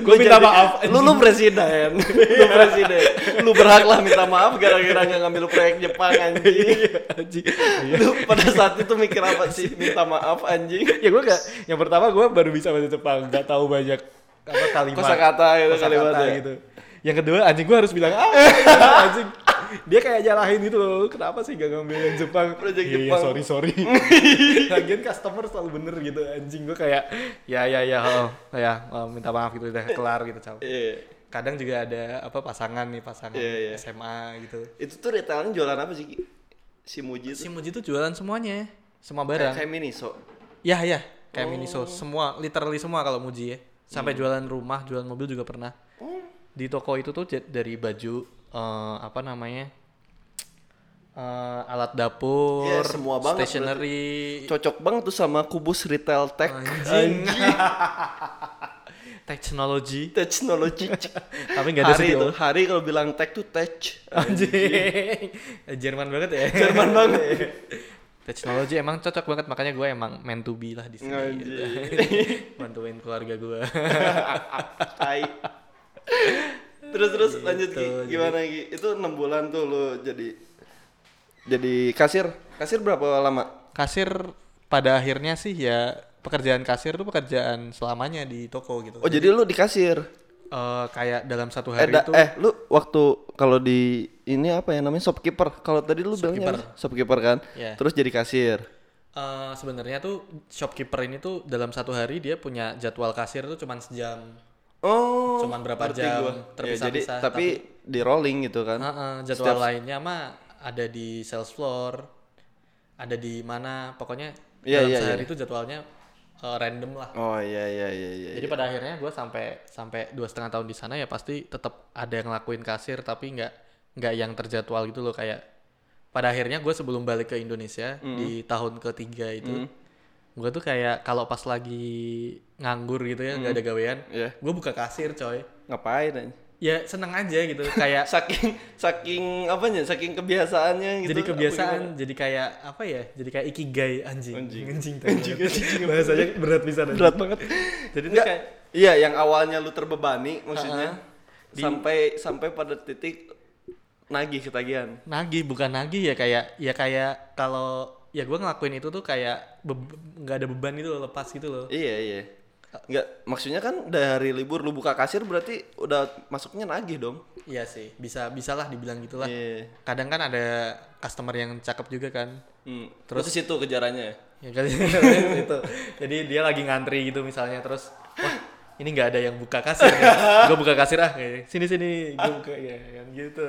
[SPEAKER 2] Gua
[SPEAKER 3] minta
[SPEAKER 2] jadi-
[SPEAKER 3] maaf,
[SPEAKER 2] [laughs] Lu lu
[SPEAKER 3] [laughs]
[SPEAKER 2] presiden. lu presiden. Lu berhak lah minta maaf gara-gara nggak ngambil proyek
[SPEAKER 3] [laughs]
[SPEAKER 2] Jepang anjing.
[SPEAKER 3] Iya, Anjing.
[SPEAKER 2] [laughs] lu pada saat itu mikir apa sih minta maaf anjing?
[SPEAKER 3] ya gue gak yang pertama gue baru bisa bahasa Jepang gak tahu banyak apa kalimat
[SPEAKER 2] Kosakata gitu,
[SPEAKER 3] kosakata
[SPEAKER 2] kalimat ya.
[SPEAKER 3] gitu yang kedua anjing gue harus bilang ah anjing dia kayak nyalahin gitu loh "Lu kenapa sih gak ngambil yang Jepang
[SPEAKER 2] Project
[SPEAKER 3] Iya, iya,
[SPEAKER 2] Jepang."
[SPEAKER 3] sorry
[SPEAKER 2] [laughs]
[SPEAKER 3] sorry lagian customer selalu bener gitu anjing gue kayak ya ya ya oh, ya oh, minta maaf gitu udah kelar gitu Cal.
[SPEAKER 2] Iya.
[SPEAKER 3] kadang juga ada apa pasangan nih pasangan
[SPEAKER 2] Iya, iya.
[SPEAKER 3] SMA gitu
[SPEAKER 2] Itu tuh retailnya jualan apa sih? Ki? Si Muji itu.
[SPEAKER 3] si Muji tuh jualan semuanya semua barang
[SPEAKER 2] Kayak Miniso.
[SPEAKER 3] Ya ya, kayak Miniso semua, literally semua kalau Muji ya. Sampai jualan rumah, jualan mobil juga pernah. Di toko itu tuh j- dari baju eh, apa namanya? eh, alat dapur,
[SPEAKER 2] Ya, semua banget
[SPEAKER 3] stationery,
[SPEAKER 2] Cocok banget tuh sama kubus retail tech.
[SPEAKER 3] Anjing. [laughs] technology.
[SPEAKER 2] Technology.
[SPEAKER 3] [laughs] Tapi nggak ada
[SPEAKER 2] hari
[SPEAKER 3] sih
[SPEAKER 2] itu,
[SPEAKER 3] tuh.
[SPEAKER 2] hari kalau bilang tech tuh tech.
[SPEAKER 3] Anjing. Jerman banget ya.
[SPEAKER 2] Jerman
[SPEAKER 3] [laughs]
[SPEAKER 2] banget.
[SPEAKER 3] Technology emang cocok banget makanya gue emang meant to be lah di sini. gitu. [laughs] Bantuin keluarga gue.
[SPEAKER 2] Tai. Terus terus lanjut Ki.
[SPEAKER 3] Gitu,
[SPEAKER 2] gimana Ki? Itu 6 bulan tuh lo jadi jadi kasir. Kasir berapa lama?
[SPEAKER 3] kasir pada akhirnya sih ya pekerjaan kasir tuh pekerjaan selamanya di toko gitu.
[SPEAKER 2] Oh, jadi lu di kasir.
[SPEAKER 3] Eh, kayak dalam satu
[SPEAKER 2] Eh,
[SPEAKER 3] hari
[SPEAKER 2] da-
[SPEAKER 3] itu
[SPEAKER 2] eh, lu waktu kalau di ini apa ya namanya shopkeeper. Kalau tadi lu bilangnya apa sih? shopkeeper kan.
[SPEAKER 3] Iya.
[SPEAKER 2] Terus jadi kasir.
[SPEAKER 3] eh, sebenarnya tuh shopkeeper ini tuh dalam satu hari dia punya jadwal kasir tuh cuman sejam.
[SPEAKER 2] Oh,
[SPEAKER 3] Cuman berapa
[SPEAKER 2] ngerti
[SPEAKER 3] jam,
[SPEAKER 2] gua. Ya,
[SPEAKER 3] terpisah-pisah,
[SPEAKER 2] jadi tapi di rolling gitu kan.
[SPEAKER 3] Heeh, jadwal lainnya mah ada di sales floor, ada di mana pokoknya
[SPEAKER 2] Iya,
[SPEAKER 3] dalam
[SPEAKER 2] iya,
[SPEAKER 3] sehari itu jadwalnya eh, random lah.
[SPEAKER 2] Oh iya iya iya iya.
[SPEAKER 3] Jadi pada akhirnya gue sampai sampai dua setengah tahun di sana ya pasti tetap ada yang ngelakuin kasir tapi nggak nggak yang terjadwal gitu loh kayak pada akhirnya gue sebelum balik ke Indonesia di tahun ketiga itu gue tuh kayak kalau pas lagi nganggur gitu ya nggak ada gawean
[SPEAKER 2] Iya.
[SPEAKER 3] gue buka kasir coy
[SPEAKER 2] Ngapain anjing?
[SPEAKER 3] ya seneng aja
[SPEAKER 2] [laughs]
[SPEAKER 3] gitu kayak
[SPEAKER 2] Saking saking apanya? Saking kebiasaannya gitu.
[SPEAKER 3] jadi
[SPEAKER 2] apa
[SPEAKER 3] kebiasaan
[SPEAKER 2] gimana?
[SPEAKER 3] jadi kayak apa ya jadi kayak ikigai anjing
[SPEAKER 2] Anjing.
[SPEAKER 3] anjing, tai banget. bahasanya berat bisa
[SPEAKER 2] Berat banget.
[SPEAKER 3] jadi tuh
[SPEAKER 2] Nggak,
[SPEAKER 3] kayak
[SPEAKER 2] Iya, yang awalnya lu terbebani maksudnya sampai sampai pada titik nagih ketagihan.
[SPEAKER 3] nagih bukan nagih ya kayak ya kayak kalau ya gue ngelakuin itu tuh kayak be- nggak ada beban gitu loh lepas gitu loh
[SPEAKER 2] Iya iya. Enggak, maksudnya kan dari libur lu buka kasir berarti udah masuknya nagih dong.
[SPEAKER 3] iya sih bisa bisalah dibilang gitulah
[SPEAKER 2] Iya.
[SPEAKER 3] kadang kan ada customer yang cakep juga kan
[SPEAKER 2] Hmm. Terus situ kejarannya.
[SPEAKER 3] ya kan [laughs] itu jadi dia lagi ngantri gitu misalnya terus wah ini nggak ada yang buka kasir
[SPEAKER 2] [laughs]
[SPEAKER 3] gue buka kasir ah kayak, sini sini gue
[SPEAKER 2] Ah.
[SPEAKER 3] buka ya kan gitu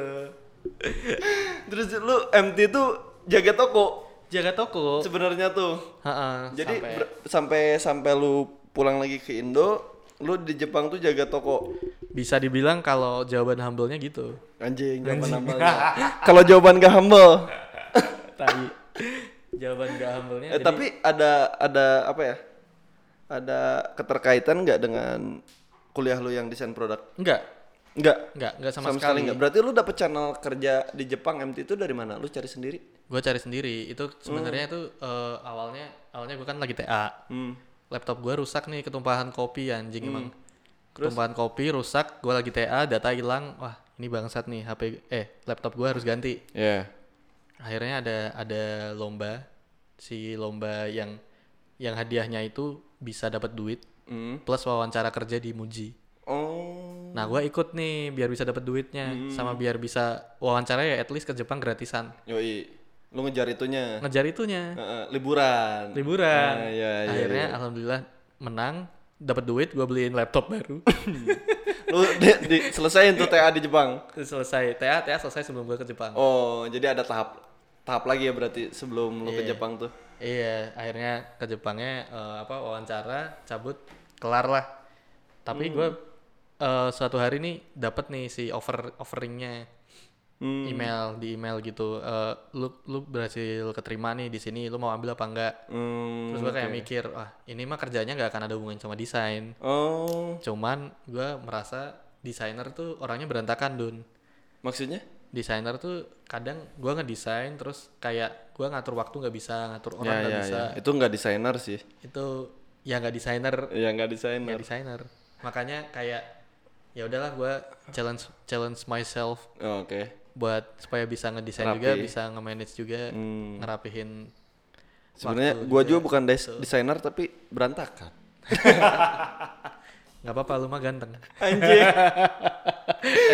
[SPEAKER 2] Terus lu MT tuh jaga toko
[SPEAKER 3] jaga toko
[SPEAKER 2] sebenarnya tuh.
[SPEAKER 3] Ha-ha,
[SPEAKER 2] Jadi
[SPEAKER 3] sampai-
[SPEAKER 2] ber- sampai sampai lu pulang lagi ke Indo, lu di Jepang tuh jaga toko.
[SPEAKER 3] bisa dibilang kalau jawaban humble-nya gitu
[SPEAKER 2] Anjing, jawaban humble. [laughs] Kalau jawaban gak humble.
[SPEAKER 3] tadi [laughs] jawaban gak humble-nya
[SPEAKER 2] Eh,
[SPEAKER 3] jadi-
[SPEAKER 2] tapi ada ada apa ya? Ada keterkaitan nggak dengan kuliah lu yang desain produk?
[SPEAKER 3] Enggak,
[SPEAKER 2] Enggak.
[SPEAKER 3] enggak, enggak sama,
[SPEAKER 2] sama, sekali
[SPEAKER 3] sekali.
[SPEAKER 2] nggak. Berarti lu dapet channel kerja di Jepang MT itu dari mana? Lu cari sendiri?
[SPEAKER 3] Gue cari sendiri. Itu sebenarnya itu eh, awalnya awalnya gue kan lagi TA.
[SPEAKER 2] Hmm.
[SPEAKER 3] Laptop gue rusak nih ketumpahan kopi anjing emang. Ketumpahan kopi rusak, gue lagi TA, data hilang. Wah, ini bangsat nih HP eh laptop gue harus ganti.
[SPEAKER 2] Ya.
[SPEAKER 3] Akhirnya ada ada lomba si lomba yang yang hadiahnya itu bisa dapat duit plus wawancara kerja di Muji.
[SPEAKER 2] Hmm. Oh.
[SPEAKER 3] Nah, gue ikut nih biar bisa dapat duitnya
[SPEAKER 2] Hmm.
[SPEAKER 3] sama biar bisa wawancara ya at least ke Jepang gratisan.
[SPEAKER 2] Yoi. Lu ngejar itunya.
[SPEAKER 3] Ngejar itunya.
[SPEAKER 2] Heeh, liburan.
[SPEAKER 3] liburan.
[SPEAKER 2] Ah, iya, iya, [laughs]
[SPEAKER 3] Akhirnya alhamdulillah menang, dapat duit, gue beliin laptop baru.
[SPEAKER 2] Lu di, di- selesain tuh TA di Jepang.
[SPEAKER 3] selesai TA TA selesai sebelum gue ke Jepang
[SPEAKER 2] Oh, jadi ada tahap tahap lagi ya berarti sebelum lu ke Jepang tuh.
[SPEAKER 3] iya akhirnya ke Jepangnya eh, apa wawancara cabut kelar lah tapi
[SPEAKER 2] Hmm.
[SPEAKER 3] gue eh, suatu hari nih dapat nih si offer offeringnya
[SPEAKER 2] Hmm.
[SPEAKER 3] email di email gitu eh, lu lu berhasil keterima nih di sini lu mau ambil apa enggak
[SPEAKER 2] Hmm,
[SPEAKER 3] terus gue kayak
[SPEAKER 2] oke.
[SPEAKER 3] mikir wah ini mah kerjanya nggak akan ada hubungan sama desain
[SPEAKER 2] Oh,
[SPEAKER 3] cuman gue merasa desainer tuh orangnya berantakan dun
[SPEAKER 2] maksudnya?
[SPEAKER 3] desainer tuh kadang gue ngedesain terus kayak gue ngatur waktu nggak bisa ngatur orang
[SPEAKER 2] ya,
[SPEAKER 3] nggak
[SPEAKER 2] ya,
[SPEAKER 3] bisa
[SPEAKER 2] ya. Itu nggak desainer sih.
[SPEAKER 3] itu ya nggak desainer
[SPEAKER 2] Ya nggak
[SPEAKER 3] nggak
[SPEAKER 2] desainer.
[SPEAKER 3] desainer makanya kayak ya udahlah gue challenge challenge myself
[SPEAKER 2] Oh, Oke.
[SPEAKER 3] buat supaya bisa ngedesain juga
[SPEAKER 2] Rapi.
[SPEAKER 3] bisa nge-manage juga
[SPEAKER 2] Hmm.
[SPEAKER 3] ngerapihin
[SPEAKER 2] Sebenarnya
[SPEAKER 3] waktu
[SPEAKER 2] gua juga
[SPEAKER 3] juga.
[SPEAKER 2] bukan des- desainer tapi berantakan.
[SPEAKER 3] nggak apa-apa lu mah
[SPEAKER 2] [laughs]
[SPEAKER 3] ganteng
[SPEAKER 2] Anjing.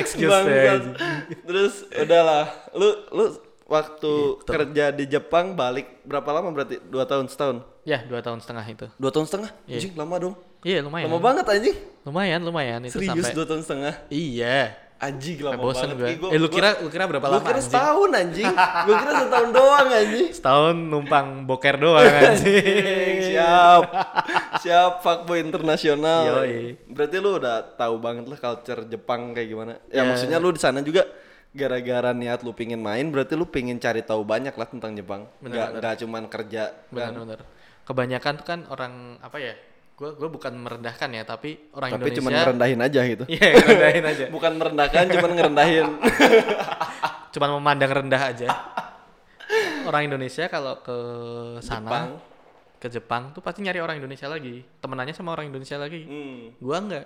[SPEAKER 3] excuse
[SPEAKER 2] Bangsat.
[SPEAKER 3] me
[SPEAKER 2] Terus udahlah. Lu lu waktu kerja di Jepang balik berapa lama berarti? Dua tahun setahun.
[SPEAKER 3] ya dua tahun setengah itu
[SPEAKER 2] Dua tahun setengah? Anjing lama dong.
[SPEAKER 3] iya lumayan
[SPEAKER 2] Lama banget anjing.
[SPEAKER 3] lumayan lumayan itu
[SPEAKER 2] Serius
[SPEAKER 3] sampai
[SPEAKER 2] dua tahun setengah.
[SPEAKER 3] iya
[SPEAKER 2] Anjing lama
[SPEAKER 3] sampai bosen
[SPEAKER 2] banget.
[SPEAKER 3] gue
[SPEAKER 2] Ih, gua-
[SPEAKER 3] eh lu
[SPEAKER 2] gua-
[SPEAKER 3] kira lu kira berapa
[SPEAKER 2] gua
[SPEAKER 3] lama
[SPEAKER 2] kira
[SPEAKER 3] anjing?
[SPEAKER 2] setahun [laughs] anjing. gua kira setahun doang anjing.
[SPEAKER 3] setahun numpang boker
[SPEAKER 2] [laughs]
[SPEAKER 3] doang anjing.
[SPEAKER 2] Anjing, siap. siap fuckboy internasional.
[SPEAKER 3] Yoi.
[SPEAKER 2] Berarti lu udah tahu banget lah culture Jepang kayak gimana. Ya maksudnya lu di sana juga gara-gara niat lu pingin main berarti lu pingin cari tahu banyak lah tentang Jepang. Enggak enggak cuman kerja.
[SPEAKER 3] Benar-benar. Kebanyakan tuh kan orang apa ya? Gue gue bukan merendahkan ya, tapi orang
[SPEAKER 2] Tapi cuman
[SPEAKER 3] Indonesia.
[SPEAKER 2] merendahin aja gitu.
[SPEAKER 3] [laughs] Iya, merendahin aja.
[SPEAKER 2] Bukan merendahkan cuman
[SPEAKER 3] [laughs]
[SPEAKER 2] ngerendahin.
[SPEAKER 3] Cuman memandang rendah
[SPEAKER 2] [laughs]
[SPEAKER 3] aja. Orang Indonesia kalau ke sana, ke Jepang tuh pasti nyari orang Indonesia lagi. Temenannya sama orang Indonesia lagi.
[SPEAKER 2] Hmm.
[SPEAKER 3] Gua enggak.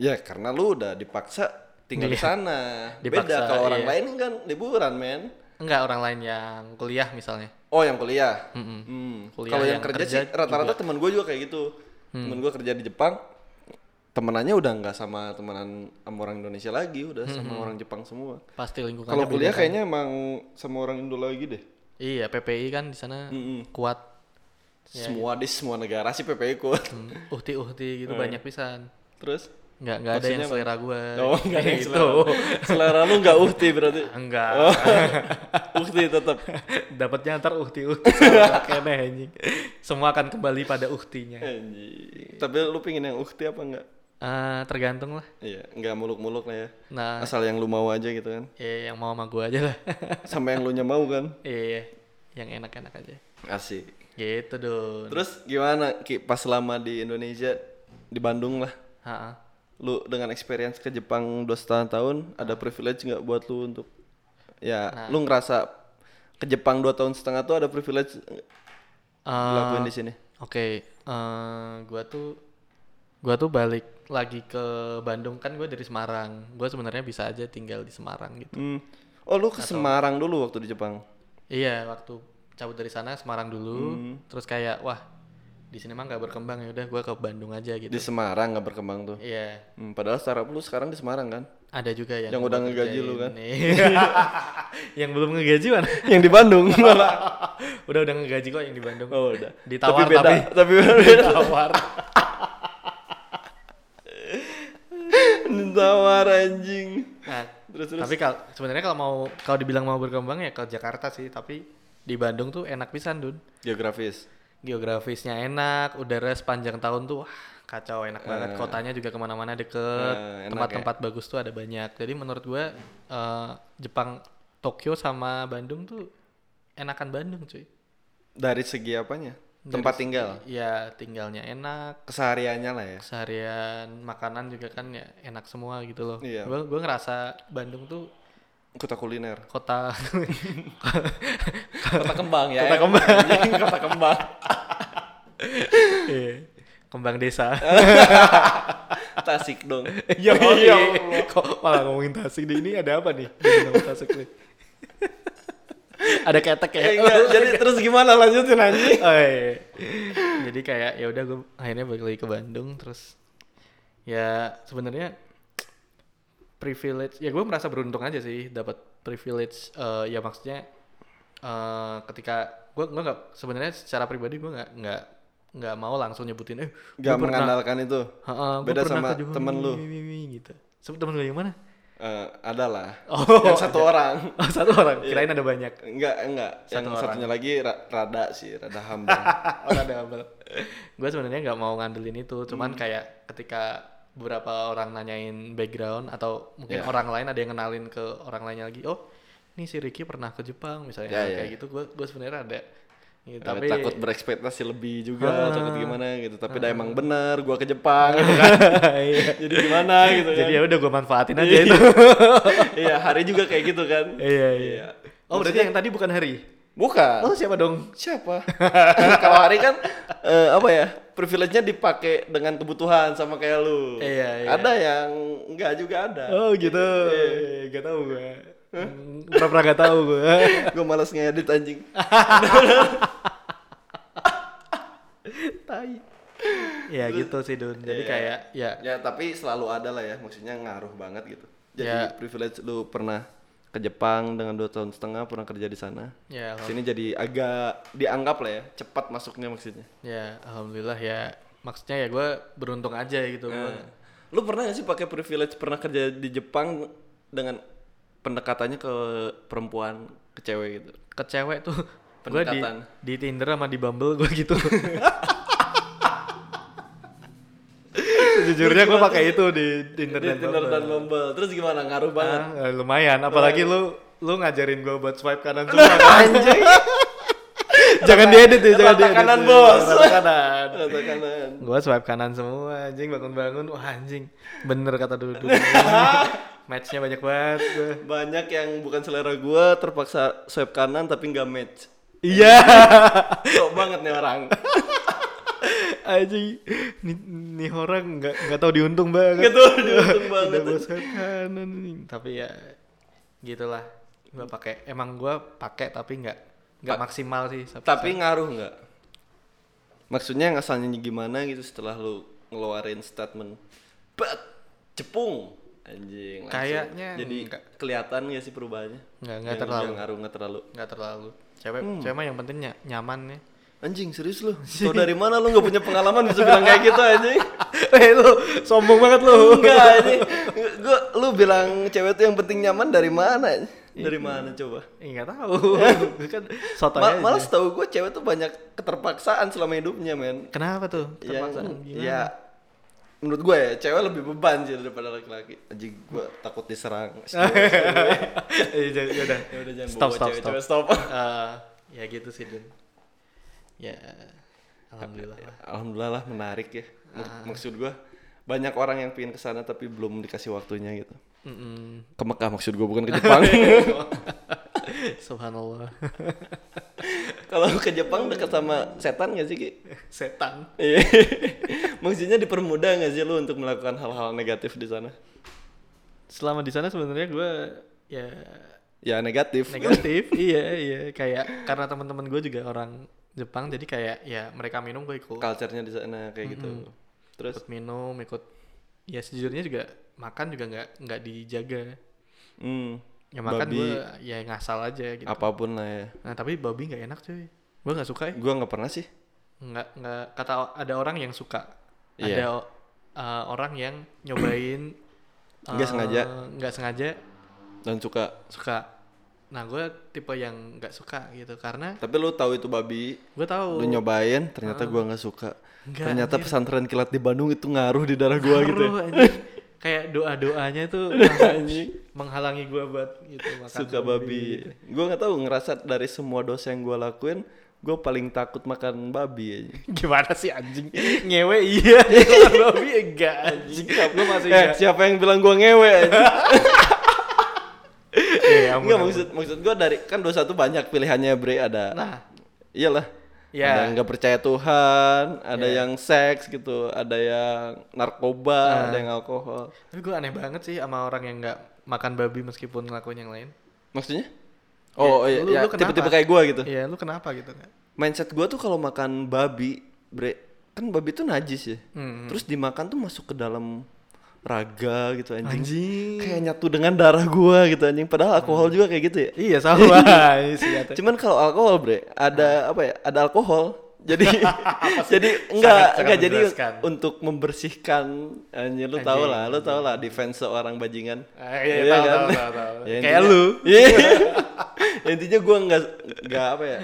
[SPEAKER 2] Ya karena lu udah dipaksa tinggal di sana. Beda
[SPEAKER 3] Iya. Dipaksa,
[SPEAKER 2] kalau orang
[SPEAKER 3] iya.
[SPEAKER 2] lain kan liburan, men.
[SPEAKER 3] Enggak orang lain yang kuliah misalnya.
[SPEAKER 2] Oh, yang kuliah.
[SPEAKER 3] Mm-mm.
[SPEAKER 2] Hmm.
[SPEAKER 3] Kuliah
[SPEAKER 2] Kalau yang,
[SPEAKER 3] yang
[SPEAKER 2] kerja,
[SPEAKER 3] kerja Hmm.
[SPEAKER 2] sih rata-rata teman gue juga kayak gitu. Temen gue kerja di Jepang, temenannya udah nggak sama temenan sama orang Indonesia lagi, udah sama orang Jepang semua.
[SPEAKER 3] Pasti lingkungannya.
[SPEAKER 2] Kalau kuliah
[SPEAKER 3] beda kan.
[SPEAKER 2] kayaknya emang sama orang Indo lagi deh.
[SPEAKER 3] Iya, PPI kan di sana
[SPEAKER 2] Mm-mm.
[SPEAKER 3] kuat.
[SPEAKER 2] semua di semua negara sih PPI ikut.
[SPEAKER 3] Ya, Hmm, Uhti-uhti
[SPEAKER 2] Eh.
[SPEAKER 3] gitu banyak pisan.
[SPEAKER 2] [laughs] Terus?
[SPEAKER 3] Enggak enggak ada yang
[SPEAKER 2] Maksudnya
[SPEAKER 3] selera gue.
[SPEAKER 2] Oh, nggak ada yang
[SPEAKER 3] [laughs] Gitu.
[SPEAKER 2] Selera Oh. lu nggak uhti berarti.
[SPEAKER 3] [laughs] Enggak.
[SPEAKER 2] uhti tetap.
[SPEAKER 3] Dapatnya ntar uhti-uhti
[SPEAKER 2] [laughs]
[SPEAKER 3] sama kene, anjing. Semua akan kembali pada uhtinya.
[SPEAKER 2] Anjing. Tapi lu pingin yang uhti apa enggak?
[SPEAKER 3] Eh, tergantung lah.
[SPEAKER 2] Iya, nggak muluk-muluk lah ya.
[SPEAKER 3] Nah,
[SPEAKER 2] Asal yang lu mau aja gitu kan.
[SPEAKER 3] eh, yang mau sama gue aja lah. [laughs]
[SPEAKER 2] Sama yang lu nya mau kan.
[SPEAKER 3] Iya, yang enak-enak aja.
[SPEAKER 2] Asik.
[SPEAKER 3] Gitu dong.
[SPEAKER 2] Terus gimana Ki pas lama di Indonesia di Bandung lah.
[SPEAKER 3] Ha-ha.
[SPEAKER 2] Lu dengan experience ke Jepang dua setengah tahun ada privilege nggak buat lu untuk ya lu ngerasa ke Jepang dua tahun setengah tuh ada privilege
[SPEAKER 3] Eh,
[SPEAKER 2] lakuin di sini.
[SPEAKER 3] Oke, eh, gua tuh gua tuh balik lagi ke Bandung kan gue dari Semarang. Gue sebenarnya bisa aja tinggal di Semarang gitu.
[SPEAKER 2] Hmm. Oh lu ke Semarang dulu waktu di Jepang.
[SPEAKER 3] Iya, waktu cabut dari sana Semarang dulu,
[SPEAKER 2] Hmm.
[SPEAKER 3] terus kayak wah di sini mah nggak berkembang ya udah gue ke Bandung aja gitu.
[SPEAKER 2] Di Semarang nggak berkembang tuh.
[SPEAKER 3] Iya,
[SPEAKER 2] Hmm, padahal startup lu sekarang di Semarang kan? [laughs]
[SPEAKER 3] ada juga yang
[SPEAKER 2] Yang
[SPEAKER 3] gua
[SPEAKER 2] udah ngegaji lu kan?
[SPEAKER 3] kerjain nih. [laughs] yang belum ngegaji mana?
[SPEAKER 2] Yang di Bandung.
[SPEAKER 3] udah udah ngegaji kok yang di Bandung.
[SPEAKER 2] oh udah.
[SPEAKER 3] Ditawar
[SPEAKER 2] tapi beda.
[SPEAKER 3] tapi.
[SPEAKER 2] Tapi, [laughs] beda. [laughs]
[SPEAKER 3] Ditawar.
[SPEAKER 2] Ditawar anjing.
[SPEAKER 3] Nah,
[SPEAKER 2] Terus terus.
[SPEAKER 3] tapi kalau sebenarnya kalau mau kalau dibilang mau berkembang ya ke Jakarta sih, tapi di Bandung tuh enak pisan, Dun.
[SPEAKER 2] Geografis.
[SPEAKER 3] Geografisnya enak, udara sepanjang tahun tuh wah kacau enak banget. Kotanya juga kemana-mana deket,
[SPEAKER 2] Eh, enak
[SPEAKER 3] tempat-tempat bagus tuh ada banyak. Jadi menurut gue eh, Jepang, Tokyo sama Bandung tuh enakan Bandung cuy.
[SPEAKER 2] Dari segi apanya? Tempat tinggal.
[SPEAKER 3] Ya tinggalnya enak,
[SPEAKER 2] Kesehariannya lah ya.
[SPEAKER 3] seharian makanan juga kan ya enak semua gitu loh.
[SPEAKER 2] Iya.
[SPEAKER 3] Gue gue ngerasa Bandung tuh
[SPEAKER 2] Kota kuliner.
[SPEAKER 3] kota [laughs]
[SPEAKER 2] Kota kembang ya.
[SPEAKER 3] Kota kembang.
[SPEAKER 2] [laughs] Anjing, Kota kembang.
[SPEAKER 3] Iya. kembang
[SPEAKER 2] [laughs]
[SPEAKER 3] desa.
[SPEAKER 2] Tasik dong.
[SPEAKER 3] [laughs] Ya
[SPEAKER 2] iya.
[SPEAKER 3] Kok malah ngomongin Tasik deh? Ini ada apa nih? Ngomongin sama Tasik nih. ada ketek ya.
[SPEAKER 2] Eh,
[SPEAKER 3] [laughs]
[SPEAKER 2] enggak, jadi terus gimana lanjutin anjing?
[SPEAKER 3] Oh, iya. Jadi kayak ya udah gue akhirnya balik lagi ke Bandung terus ya sebenarnya privilege ya gue merasa beruntung aja sih dapat privilege eh, ya maksudnya eh, ketika gue gue nggak sebenarnya secara pribadi gue nggak nggak nggak mau langsung nyebutin eh
[SPEAKER 2] Gak
[SPEAKER 3] gua pernah-
[SPEAKER 2] mengandalkan itu.
[SPEAKER 3] Ha, ha, gua
[SPEAKER 2] Beda
[SPEAKER 3] pernah
[SPEAKER 2] sama
[SPEAKER 3] ke Johor,
[SPEAKER 2] temen
[SPEAKER 3] mi,
[SPEAKER 2] lu.
[SPEAKER 3] mi, mi, mi, gitu Sama temen lu yang mana [laughs]
[SPEAKER 2] Eh, adalah.
[SPEAKER 3] Oh.
[SPEAKER 2] Yang satu orang.
[SPEAKER 3] oh, satu orang kirain ada banyak
[SPEAKER 2] Enggak, enggak. Yang
[SPEAKER 3] Satu orang. Oh,
[SPEAKER 2] satunya lagi ra- rada sih, rada
[SPEAKER 3] [laughs]
[SPEAKER 2] hamba.
[SPEAKER 3] orang double gue sebenarnya nggak mau ngandelin itu cuman kayak ketika beberapa orang nanyain background atau mungkin
[SPEAKER 2] Yeah.
[SPEAKER 3] orang lain ada yang kenalin ke orang lainnya lagi oh ini si Ricky pernah ke Jepang misalnya
[SPEAKER 2] Yeah, yeah.
[SPEAKER 3] kayak gitu gue gue sebenarnya ada Ya,
[SPEAKER 2] Tapi
[SPEAKER 3] tapi [laughs]
[SPEAKER 2] takut berekspektasi lebih juga,
[SPEAKER 3] Ah.
[SPEAKER 2] takut gimana gitu. Tapi dah emang bener gua ke Jepang gitu
[SPEAKER 3] [laughs]
[SPEAKER 2] kan.
[SPEAKER 3] Iya.
[SPEAKER 2] Jadi gimana gitu kan.
[SPEAKER 3] jadi ya udah gue manfaatin aja
[SPEAKER 2] [laughs]
[SPEAKER 3] itu [laughs]
[SPEAKER 2] iya, hari juga kayak gitu kan.
[SPEAKER 3] iya iya oh berarti yang tadi bukan Hari
[SPEAKER 2] Bukan.
[SPEAKER 3] oh siapa dong
[SPEAKER 2] siapa? [laughs] Kalau hari kan eh, apa ya? Privilege-nya dipakai dengan kebutuhan sama kayak lu.
[SPEAKER 3] Iya, iya.
[SPEAKER 2] Ada yang enggak juga ada.
[SPEAKER 3] oh gitu
[SPEAKER 2] Iya.
[SPEAKER 3] gak tau gue pernah gak tau gue
[SPEAKER 2] Gue malas ngedit anjing.
[SPEAKER 3] tai ya gitu sih Dun [laughs] jadi
[SPEAKER 2] Iya.
[SPEAKER 3] kayak ya
[SPEAKER 2] Ya, tapi selalu ada lah ya. Maksudnya ngaruh banget gitu. Jadi
[SPEAKER 3] Ya.
[SPEAKER 2] privilege lu pernah ke Jepang dengan dua tahun setengah pernah kerja di sana.
[SPEAKER 3] ya alham-
[SPEAKER 2] Sini jadi agak dianggap lah ya, cepat masuknya maksudnya.
[SPEAKER 3] ya alhamdulillah ya maksudnya ya gue beruntung aja ya
[SPEAKER 2] Iya.
[SPEAKER 3] gitu Gua-
[SPEAKER 2] Lu pernah gak sih pakai privilege pernah kerja di Jepang dengan pendekatannya ke perempuan, ke cewek gitu?
[SPEAKER 3] ke cewek tuh gue di
[SPEAKER 2] Pendekatan.
[SPEAKER 3] di Tinder sama di Bumble gue
[SPEAKER 2] [laughs]
[SPEAKER 3] gitu sejujurnya gue pakai itu di Tinder
[SPEAKER 2] Di
[SPEAKER 3] dan
[SPEAKER 2] Tinder
[SPEAKER 3] Bumble
[SPEAKER 2] dan Bumble. Terus gimana? Ngaruh
[SPEAKER 3] [laughs]
[SPEAKER 2] banget.
[SPEAKER 3] Ah, lumayan apalagi lu lu ngajarin gue buat swipe
[SPEAKER 2] [laughs]
[SPEAKER 3] kanan semua kan?
[SPEAKER 2] Anjing.
[SPEAKER 3] [laughs] jangan diedit ya jangan
[SPEAKER 2] Rata
[SPEAKER 3] diedit
[SPEAKER 2] kanan,
[SPEAKER 3] ya.
[SPEAKER 2] bos.
[SPEAKER 3] Rata
[SPEAKER 2] [laughs]
[SPEAKER 3] kanan
[SPEAKER 2] Rata kanan.
[SPEAKER 3] Gua swipe kanan semua anjing bangun-bangun wah anjing bener kata
[SPEAKER 2] [laughs]
[SPEAKER 3] duduk matchnya banyak banget gua.
[SPEAKER 2] Banyak yang bukan selera gua terpaksa swipe kanan tapi nggak match. [laughs]
[SPEAKER 3] iya
[SPEAKER 2] Sok banget nih orang.
[SPEAKER 3] [laughs] anjing nih, nih orang nggak nggak tahu diuntung banget
[SPEAKER 2] Gitu, diuntung
[SPEAKER 3] udah
[SPEAKER 2] banget.
[SPEAKER 3] gua swipe kanan anjing. tapi ya gitulah gua pakai emang gua pakai tapi nggak nggak maksimal sih satu-
[SPEAKER 2] Tapi ngaruh nggak? Maksudnya ngesannya gimana gitu setelah lu ngeluarin statement bet jepung anjing langsung.
[SPEAKER 3] Kayaknya
[SPEAKER 2] jadi
[SPEAKER 3] nggak.
[SPEAKER 2] kelihatan gak sih perubahannya
[SPEAKER 3] Nggak- nggak
[SPEAKER 2] Yang-
[SPEAKER 3] terlalu.
[SPEAKER 2] yang ngaruh nggak terlalu
[SPEAKER 3] nggak terlalu cewek
[SPEAKER 2] Hmm.
[SPEAKER 3] cewek mah yang penting ny- nyaman ya
[SPEAKER 2] anjing serius [laughs] lu tau dari mana lu nggak punya pengalaman bisa bilang kayak gitu [laughs] anjing
[SPEAKER 3] [laughs] eh lu sombong banget lu
[SPEAKER 2] enggak anjing gua lu bilang cewek tuh yang penting nyaman dari mana dari mana coba
[SPEAKER 3] [laughs] Eh, nggak tahu
[SPEAKER 2] [laughs]
[SPEAKER 3] kan sotoy
[SPEAKER 2] Ma
[SPEAKER 3] aja.
[SPEAKER 2] malah setahu gue cewek tuh banyak keterpaksaan selama hidupnya men
[SPEAKER 3] Kenapa tuh?
[SPEAKER 2] yang
[SPEAKER 3] Terpaksa? Gimana? [laughs]
[SPEAKER 2] ya menurut gue ya cewek lebih beban sih daripada laki-laki anjing gue takut diserang [laughs]
[SPEAKER 3] Iya, ya, ya udah.
[SPEAKER 2] ya udah jangan
[SPEAKER 3] Stop,
[SPEAKER 2] bawa
[SPEAKER 3] stop,
[SPEAKER 2] cewek-cewek [laughs] stop,
[SPEAKER 3] Eh, ya gitu sih, Dun. Ya, alhamdulillah. lah.
[SPEAKER 2] alhamdulillah lah menarik ya Mak- maksud gue banyak orang yang pingin kesana tapi belum dikasih waktunya gitu
[SPEAKER 3] Mm-mm. [laughs]
[SPEAKER 2] ke Mekah maksud gue bukan ke Jepang [laughs]
[SPEAKER 3] Subhanallah.
[SPEAKER 2] kalau ke Jepang dekat sama setan gak sih Ki?
[SPEAKER 3] Setan.
[SPEAKER 2] Iya. [laughs] maksudnya dipermudah gak sih lu untuk melakukan hal-hal negatif di sana
[SPEAKER 3] Selama di sana sebenarnya gue
[SPEAKER 2] [laughs]
[SPEAKER 3] ya
[SPEAKER 2] ya negatif
[SPEAKER 3] negatif. iya, iya. Kayak karena teman-teman gue juga orang Jepang, jadi kayak ya mereka minum gue ikut.
[SPEAKER 2] culture-nya di sana kayak gitu terus
[SPEAKER 3] Ikut minum, ikut. Ya sejujurnya juga makan juga nggak nggak dijaga.
[SPEAKER 2] hmm,
[SPEAKER 3] Ya makan
[SPEAKER 2] babi,
[SPEAKER 3] gue ya ngasal aja gitu.
[SPEAKER 2] apapun lah ya
[SPEAKER 3] Nah tapi babi nggak enak cuy. Gue nggak suka ya.
[SPEAKER 2] Gua nggak pernah sih
[SPEAKER 3] Nggak nggak kata o- ada orang yang suka.
[SPEAKER 2] Iya.
[SPEAKER 3] Ada o- uh, orang yang nyobain.
[SPEAKER 2] [clears throat] Nggak
[SPEAKER 3] uh,
[SPEAKER 2] sengaja.
[SPEAKER 3] Nggak sengaja
[SPEAKER 2] dan suka
[SPEAKER 3] suka. Nah gue tipe yang nggak suka gitu karena
[SPEAKER 2] tapi lu tahu itu babi
[SPEAKER 3] gue tahu.
[SPEAKER 2] lu nyobain ternyata gua nggak suka
[SPEAKER 3] Oh. Nggak,
[SPEAKER 2] ternyata
[SPEAKER 3] anjir.
[SPEAKER 2] pesantren kilat di Bandung itu ngaruh di darah gua gitu ya.
[SPEAKER 3] Aduh, anjing. Kayak doa doanya
[SPEAKER 2] [laughs]
[SPEAKER 3] tuh langsung menghalangi gue buat gitu makan
[SPEAKER 2] suka
[SPEAKER 3] iya,
[SPEAKER 2] babi Gua nggak tahu ngerasa dari semua dosa yang gua lakuin gua paling takut makan babi aja.
[SPEAKER 3] Gimana sih anjing? Ngewe [laughs] iya. Makan babi enggak anjing. Gue masih
[SPEAKER 2] eh,
[SPEAKER 3] enggak.
[SPEAKER 2] siapa yang bilang gua ngewe
[SPEAKER 3] [laughs]
[SPEAKER 2] aja?
[SPEAKER 3] Eh, ampun,
[SPEAKER 2] Enggak
[SPEAKER 3] ampun.
[SPEAKER 2] maksud maksud gua dari kan dosa tuh banyak pilihannya Bre ada
[SPEAKER 3] Nah,
[SPEAKER 2] iyalah
[SPEAKER 3] Ya.
[SPEAKER 2] ada yang nggak percaya Tuhan ada
[SPEAKER 3] Ya.
[SPEAKER 2] yang seks gitu ada yang
[SPEAKER 3] Nah.
[SPEAKER 2] narkoba ada yang alkohol
[SPEAKER 3] Tapi gue aneh banget sih sama orang yang nggak makan babi meskipun ngelakuin yang lain.
[SPEAKER 2] maksudnya oh iya,
[SPEAKER 3] lu-
[SPEAKER 2] iya,
[SPEAKER 3] lu kenapa?
[SPEAKER 2] tipe-tipe kayak gua gitu
[SPEAKER 3] Iya, lu kenapa gitu kan?
[SPEAKER 2] mindset gua tuh kalau makan babi bre kan babi tuh najis ya
[SPEAKER 3] Hmm.
[SPEAKER 2] terus dimakan tuh masuk ke dalam raga gitu anjing,
[SPEAKER 3] Anjing.
[SPEAKER 2] kayak nyatu dengan darah gua gitu anjing padahal alkohol juga kayak gitu ya [laughs]
[SPEAKER 3] Iya sama sih.
[SPEAKER 2] cuman kalau alkohol bre ada apa ya ada alkohol
[SPEAKER 3] [laughs]
[SPEAKER 2] jadi [laughs] jadi enggak
[SPEAKER 3] Ah. sangat
[SPEAKER 2] enggak jadi
[SPEAKER 3] menjelaskan.
[SPEAKER 2] untuk membersihkan anjir lu tau lah lu tau lah defense seorang bajingan
[SPEAKER 3] Ah, iya, tahu, tahu, tahu, tahu.
[SPEAKER 2] Ya,
[SPEAKER 3] Kayak
[SPEAKER 2] [laughs] intinya-
[SPEAKER 3] lu.
[SPEAKER 2] Iya. Ya, intinya gue nggak nggak apa ya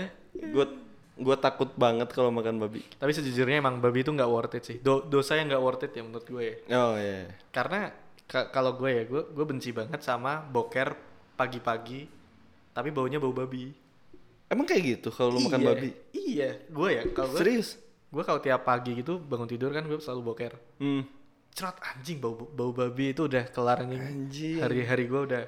[SPEAKER 2] gue gue takut banget kalau makan babi
[SPEAKER 3] Tapi sejujurnya emang babi itu nggak worth it sih. Do- dosa yang nggak worth it ya menurut gue. ya.
[SPEAKER 2] oh iya
[SPEAKER 3] Karena ka- kalau gue ya, gue gue benci banget sama boker pagi-pagi tapi baunya bau babi.
[SPEAKER 2] emang kayak gitu kalau lu makan
[SPEAKER 3] Iya,
[SPEAKER 2] babi
[SPEAKER 3] Iya, gue ya kalau gue
[SPEAKER 2] serius
[SPEAKER 3] gue kalau tiap pagi gitu bangun tidur kan gue selalu boker.
[SPEAKER 2] hmm.
[SPEAKER 3] Cerat anjing bau bau babi itu udah kelar nih.
[SPEAKER 2] Anjing.
[SPEAKER 3] Hari-hari gue udah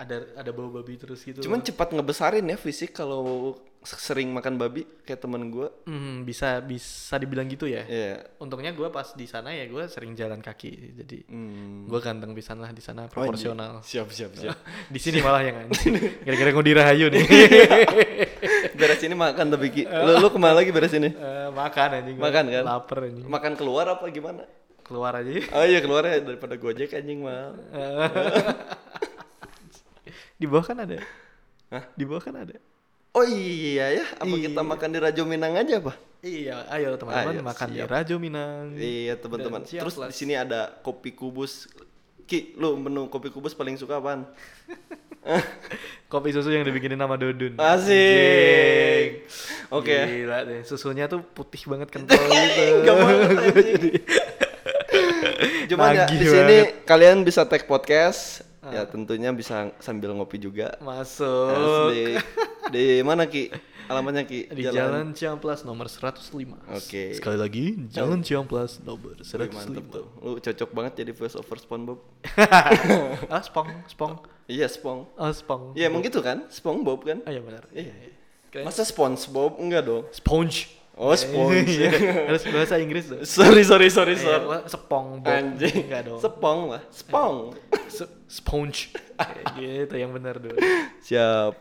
[SPEAKER 3] ada ada bau babi terus gitu.
[SPEAKER 2] cuman cepat ngebesarin ya fisik kalau sering makan babi kayak temen gue
[SPEAKER 3] Hmm, bisa bisa dibilang gitu ya.
[SPEAKER 2] ya
[SPEAKER 3] Untungnya gue pas di sana ya gue sering jalan kaki jadi
[SPEAKER 2] hmm. Oh,
[SPEAKER 3] gue ganteng pisan lah di sana proporsional.
[SPEAKER 2] siap siap siap
[SPEAKER 3] di sini malah yang anjing. Gara-gara gue dirahayu nih.
[SPEAKER 2] [laughs] Iya. beres ini makan tapi Ki. lu lu kemana lagi beres ini
[SPEAKER 3] [laughs] Eh, makan anjing. gua
[SPEAKER 2] Makan kan?
[SPEAKER 3] Laper anjing.
[SPEAKER 2] makan keluar apa gimana
[SPEAKER 3] Keluar
[SPEAKER 2] [laughs]
[SPEAKER 3] aja.
[SPEAKER 2] oh iya keluar ya daripada gojek anjing mal
[SPEAKER 3] [laughs] di bawah kan ada.
[SPEAKER 2] Hah?
[SPEAKER 3] Di bawah kan ada.
[SPEAKER 2] oh iya Hmm. ya apa kita makan di Rajo Minang aja apa
[SPEAKER 3] Iya, ayo teman-teman
[SPEAKER 2] Ayo,
[SPEAKER 3] makan di
[SPEAKER 2] siap.
[SPEAKER 3] Rajo Minang.
[SPEAKER 2] Iya teman-teman.
[SPEAKER 3] Dan siap
[SPEAKER 2] Terus
[SPEAKER 3] lah.
[SPEAKER 2] di sini ada kopi kubus. Ki, lu menu kopi kubus paling suka apaan?
[SPEAKER 3] Kopi susu yang dibikinin sama Dodun.
[SPEAKER 2] Asik. Oke.
[SPEAKER 3] Oke. Gila deh, susunya tuh putih banget kental
[SPEAKER 2] [laughs]
[SPEAKER 3] gitu.
[SPEAKER 2] Enggak banget jadi. Cuman ya
[SPEAKER 3] Nagih
[SPEAKER 2] di sini
[SPEAKER 3] banget.
[SPEAKER 2] kalian bisa tag podcast. Ya tentunya bisa sambil ngopi juga. Terus
[SPEAKER 3] Masuk
[SPEAKER 2] Di, di mana Ki? Alamatnya Ki?
[SPEAKER 3] di Jalan, Ciamplas nomor 105.
[SPEAKER 2] Oke.
[SPEAKER 3] Sekali lagi, Jalan Ciamplas nomor
[SPEAKER 2] Wih,
[SPEAKER 3] 105.
[SPEAKER 2] mantep tuh. Lu cocok banget jadi voice over SpongeBob.
[SPEAKER 3] ah, spong, spong.
[SPEAKER 2] Iya, Spong.
[SPEAKER 3] Ah, spong.
[SPEAKER 2] Iya, emang gitu kan? SpongeBob kan?
[SPEAKER 3] Ah, iya benar. Iya, iya. Keren.
[SPEAKER 2] Masa SpongeBob enggak dong?
[SPEAKER 3] Sponge.
[SPEAKER 2] Oh, sponge.
[SPEAKER 3] [laughs] Iya, Harus bahasa Inggris dong.
[SPEAKER 2] [laughs] sorry, sorry, sorry,
[SPEAKER 3] Iya,
[SPEAKER 2] sorry.
[SPEAKER 3] gua Sepong Bob.
[SPEAKER 2] Anjing.
[SPEAKER 3] Enggak dong.
[SPEAKER 2] Sepong lah. Sepong.
[SPEAKER 3] Se- sponge. Kayak gitu yang benar dong.
[SPEAKER 2] [laughs] Siap.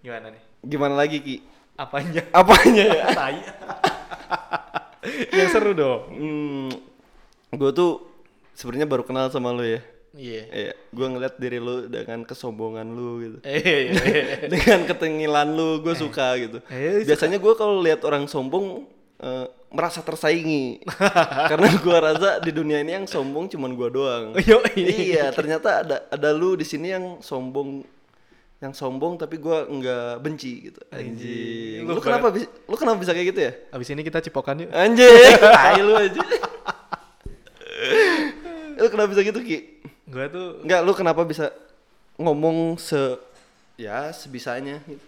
[SPEAKER 3] Gimana nih?
[SPEAKER 2] Gimana lagi Ki?
[SPEAKER 3] Apanya?
[SPEAKER 2] Apanya ya?
[SPEAKER 3] Tai. [laughs] yang seru dong.
[SPEAKER 2] Hmm, gue tuh sebenarnya baru kenal sama lu ya.
[SPEAKER 3] Iya.
[SPEAKER 2] Iya, gue ngeliat diri lu dengan kesombongan lu gitu.
[SPEAKER 3] Eh, iya, iya.
[SPEAKER 2] [laughs] dengan ketengilan lu, gue suka gitu.
[SPEAKER 3] Eh,
[SPEAKER 2] Biasanya gue kalau lihat orang sombong eh, merasa tersaingi. [laughs] Karena gue rasa di dunia ini yang sombong cuman gue doang.
[SPEAKER 3] Yoi.
[SPEAKER 2] iya, ternyata ada ada lu di sini yang sombong yang sombong tapi gua nggak benci gitu. Anjing. Lu,
[SPEAKER 3] Lu
[SPEAKER 2] kenapa bisa lu kenapa bisa kayak gitu ya?
[SPEAKER 3] Abis ini kita cipokan yuk.
[SPEAKER 2] Anjing, [laughs] tai lu aja. lu kenapa bisa gitu, Ki?
[SPEAKER 3] Gue tuh
[SPEAKER 2] Enggak, lu kenapa bisa ngomong se ya sebisanya gitu.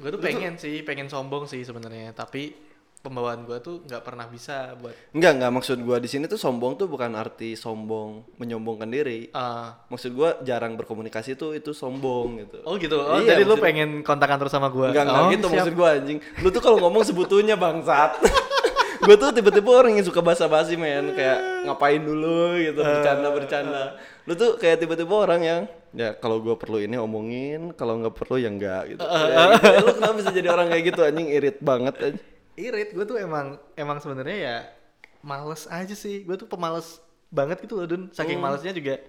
[SPEAKER 3] gue tuh pengen sih, pengen sombong sih sebenarnya, tapi pembawaan gue tuh nggak pernah bisa buat
[SPEAKER 2] Enggak, enggak maksud gua di sini tuh sombong tuh bukan arti sombong menyombongkan diri.
[SPEAKER 3] eh,
[SPEAKER 2] Maksud gua jarang berkomunikasi tuh itu sombong gitu.
[SPEAKER 3] Oh gitu. Oh,
[SPEAKER 2] Iya,
[SPEAKER 3] jadi lu
[SPEAKER 2] maksud-
[SPEAKER 3] pengen kontakan terus sama gua.
[SPEAKER 2] Enggak, enggak
[SPEAKER 3] oh,
[SPEAKER 2] gitu
[SPEAKER 3] siap.
[SPEAKER 2] maksud gue anjing. Lu tuh kalau ngomong sebutunya bangsat. [laughs] gue tuh tiba-tiba orang yang suka basa-basi men kayak ngapain dulu gitu bercanda bercanda
[SPEAKER 3] Eh.
[SPEAKER 2] lu tuh kayak tiba-tiba orang yang ya kalau gue perlu ini omongin kalau nggak perlu ya enggak
[SPEAKER 3] Eh,
[SPEAKER 2] gitu, Ya, gitu. Ya, lu kenapa bisa jadi orang kayak gitu anjing irit banget anjing.
[SPEAKER 3] Irit, gue tuh emang emang sebenarnya ya males aja sih. Gue tuh pemalas banget gitu loh, Dun. Saking malesnya juga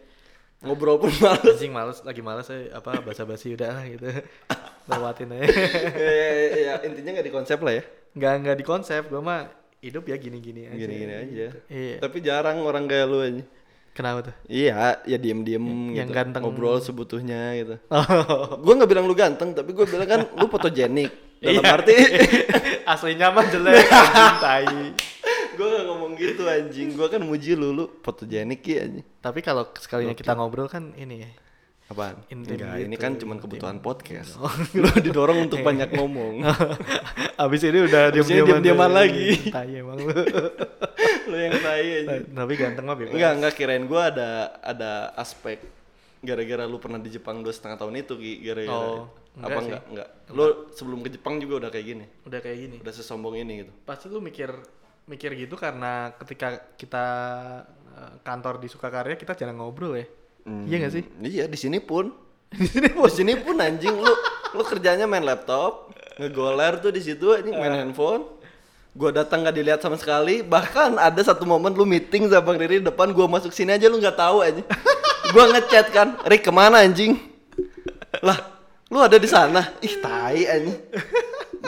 [SPEAKER 2] ngobrol pun
[SPEAKER 3] [laughs]
[SPEAKER 2] malu
[SPEAKER 3] anjing males, lagi males ya, apa basa-basi udah lah [laughs] gitu. Lewatin aja.
[SPEAKER 2] ya, ya, ya, ya, intinya nggak di konsep lah ya
[SPEAKER 3] Nggak nggak di konsep, gua mah hidup ya gini-gini aja.
[SPEAKER 2] gini-gini aja
[SPEAKER 3] Iya.
[SPEAKER 2] tapi jarang orang kayak lu anjing
[SPEAKER 3] Kenapa tuh?
[SPEAKER 2] iya ya diem-diem
[SPEAKER 3] Yang
[SPEAKER 2] gitu
[SPEAKER 3] ganteng.
[SPEAKER 2] ngobrol sebutuhnya gitu
[SPEAKER 3] [laughs] Oh.
[SPEAKER 2] gue nggak bilang lu ganteng tapi gue bilang kan lu fotogenik
[SPEAKER 3] Iya.
[SPEAKER 2] dalam
[SPEAKER 3] [laughs]
[SPEAKER 2] arti
[SPEAKER 3] [laughs] aslinya mah jelek, anjing, tai.
[SPEAKER 2] gue gak ngomong gitu anjing gue kan muji lu lu fotogenik ya anjing
[SPEAKER 3] Tapi kalau sekalinya kita ngobrol kan ini ya.
[SPEAKER 2] apaan
[SPEAKER 3] Intim Oh. Iya.
[SPEAKER 2] enggak ini
[SPEAKER 3] gitu,
[SPEAKER 2] kan cuman kebutuhan podcast lu didorong untuk banyak
[SPEAKER 3] [laughs]
[SPEAKER 2] ngomong
[SPEAKER 3] [laughs] Abis ini udah Iya.
[SPEAKER 2] Abis ini
[SPEAKER 3] diam-diaman
[SPEAKER 2] diam-diaman lagi.
[SPEAKER 3] [laughs] Tai emang lu.
[SPEAKER 2] lu yang tai anjing
[SPEAKER 3] Tapi ganteng mah bebas.
[SPEAKER 2] enggak enggak kirain gue ada ada aspek gara-gara lu pernah di Jepang dua setengah tahun itu Ki, gara-gara
[SPEAKER 3] Oh,
[SPEAKER 2] apa
[SPEAKER 3] enggak sih.
[SPEAKER 2] enggak enggak lu sebelum ke Jepang juga udah kayak gini
[SPEAKER 3] Udah kayak gini.
[SPEAKER 2] udah sesombong ini gitu
[SPEAKER 3] Pasti lu mikir mikir gitu karena ketika kita eh, kantor di Sukakarya kita jarang ngobrol ya. Iya gak sih?
[SPEAKER 2] iya di sini pun
[SPEAKER 3] Di sini
[SPEAKER 2] [laughs] di sini pun anjing lu lu kerjanya main laptop ngegoler tuh di situ anjing main handphone gua datang nggak dilihat sama sekali bahkan ada satu momen lu meeting sama bang Riri di depan gua masuk sini aja lu nggak tahu [laughs] anjing gua ngechat kan Rik [laughs] kemana anjing lah lu ada di sana ih tai anjing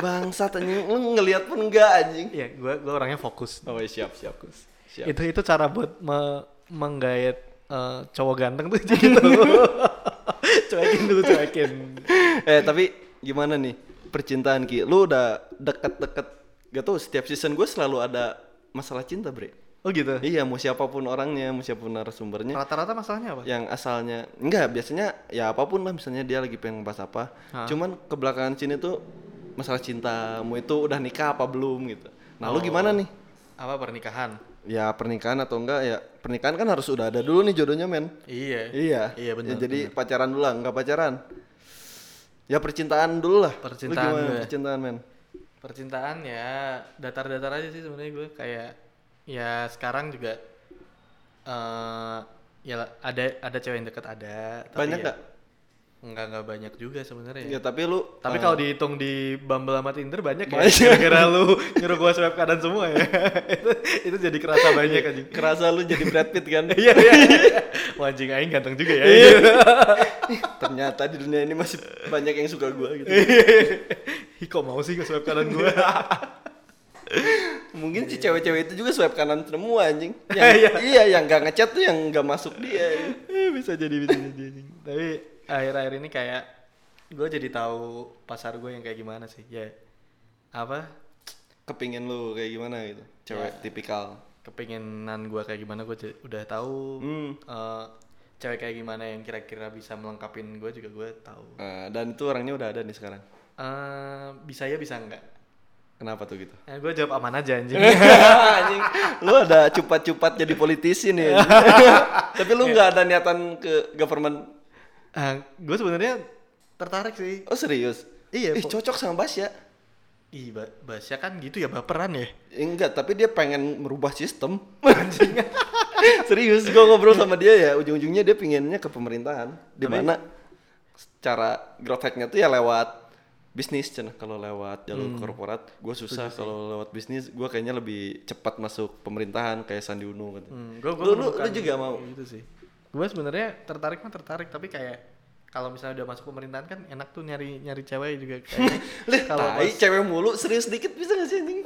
[SPEAKER 2] bangsat anjing lu ngelihat pun enggak anjing
[SPEAKER 3] Iya, gua gua orangnya fokus.
[SPEAKER 2] oh siap siap Gus siap
[SPEAKER 3] Itu itu cara buat me- menggayat eh, cowok ganteng tuh [laughs] gitu. cuekin dulu cuekin.
[SPEAKER 2] [laughs] eh tapi gimana nih percintaan Ki lu udah deket-deket gak tau setiap season gue selalu ada masalah cinta bre
[SPEAKER 3] Oh gitu.
[SPEAKER 2] iya mau siapapun orangnya mau siapapun narasumbernya
[SPEAKER 3] Rata-rata masalahnya apa?
[SPEAKER 2] yang asalnya enggak biasanya ya apapun lah misalnya dia lagi pengen ngebahas apa
[SPEAKER 3] Hah?
[SPEAKER 2] cuman kebelakangan sini tuh masalah cintamu itu udah nikah apa belum gitu nah lu gimana nih
[SPEAKER 3] Apa pernikahan?
[SPEAKER 2] ya pernikahan atau enggak ya pernikahan kan harus udah ada dulu nih jodohnya men
[SPEAKER 3] Iya.
[SPEAKER 2] iya
[SPEAKER 3] Iya, benar,
[SPEAKER 2] Ya, jadi pacaran dulu lah enggak pacaran ya percintaan dulu lah Lu
[SPEAKER 3] Percintaan
[SPEAKER 2] gimana
[SPEAKER 3] dulu ya.
[SPEAKER 2] percintaan men
[SPEAKER 3] Percintaan ya datar-datar aja sih sebenarnya gue kayak ya sekarang juga eh ya lah, ada ada cewek yang deket ada tapi
[SPEAKER 2] banyak
[SPEAKER 3] ya,
[SPEAKER 2] nggak
[SPEAKER 3] nggak nggak banyak juga sebenarnya
[SPEAKER 2] ya tapi lu
[SPEAKER 3] Tapi kalau dihitung di Bumble sama Tinder Eh. banyak ya.
[SPEAKER 2] Banyak.
[SPEAKER 3] Gara-gara lu nyuruh gua swipe kanan semua [laughs] ya. itu, itu jadi kerasa kan banyak [laughs] anjing.
[SPEAKER 2] kerasa lu jadi Brad Pitt kan [laughs]
[SPEAKER 3] Iya iya. Wah anjing aing ganteng juga ya.
[SPEAKER 2] ternyata di dunia ini masih banyak yang suka gua
[SPEAKER 3] Eh.
[SPEAKER 2] gitu
[SPEAKER 3] [laughs] Ih kok mau sih gua swipe kanan gua?
[SPEAKER 2] Mungkin si cewek-cewek itu juga swipe kanan semua anjing.
[SPEAKER 3] [laughs] Iya.
[SPEAKER 2] Yang, iya, yang gak ngechat tuh yang gak masuk dia.
[SPEAKER 3] [laughs] Eh, bisa jadi bisa jadi anjing. Tapi akhir-akhir ini kayak gua jadi tahu pasar gua yang kayak gimana sih. Ya apa?
[SPEAKER 2] Kepingin lu kayak gimana gitu.
[SPEAKER 3] Iya.
[SPEAKER 2] Cewek tipikal.
[SPEAKER 3] Kepinginan gua kayak gimana gua j- udah tahu.
[SPEAKER 2] Hmm.
[SPEAKER 3] Eh, cewek kayak gimana yang kira-kira bisa melengkapin gua juga gua tahu.
[SPEAKER 2] Nah, dan itu orangnya udah ada nih sekarang.
[SPEAKER 3] Eh, bisa ya bisa enggak?
[SPEAKER 2] Kenapa tuh gitu?
[SPEAKER 3] Eh, gue jawab aman aja anjing.
[SPEAKER 2] Eh. anjing, lu ada cupat-cupat jadi politisi nih. anjing.
[SPEAKER 3] [laughs]
[SPEAKER 2] Tapi lu
[SPEAKER 3] Iya.
[SPEAKER 2] nggak ada niatan ke government.
[SPEAKER 3] gue Eh, sebenarnya tertarik sih.
[SPEAKER 2] Oh serius?
[SPEAKER 3] Iya,
[SPEAKER 2] Ih,
[SPEAKER 3] po-
[SPEAKER 2] cocok sama ya? Basya.
[SPEAKER 3] Ih, ba Basya kan gitu ya baperan ya.
[SPEAKER 2] Eh, Enggak, tapi dia pengen merubah
[SPEAKER 3] [laughs]
[SPEAKER 2] sistem. Serius, gua ngobrol sama dia ya, ujung-ujungnya dia pinginnya ke pemerintahan. Di
[SPEAKER 3] Tapi-
[SPEAKER 2] mana cara growth hack-nya tuh ya lewat bisnis cen kalau lewat jalur
[SPEAKER 3] Hmm.
[SPEAKER 2] korporat gue susah kalau lewat bisnis gue kayaknya lebih cepat masuk pemerintahan kayak Sandi Uno gitu.
[SPEAKER 3] gue
[SPEAKER 2] Lu- lu- lu juga mau?
[SPEAKER 3] gitu sih. Gue sebenarnya tertarik mah tertarik tapi kayak kalau misalnya udah masuk pemerintahan kan enak tuh nyari nyari cewek
[SPEAKER 2] [laughs]
[SPEAKER 3] juga kayak
[SPEAKER 2] Lih,
[SPEAKER 3] kalau
[SPEAKER 2] tai, cewek mulu serius dikit bisa gak sih anjing?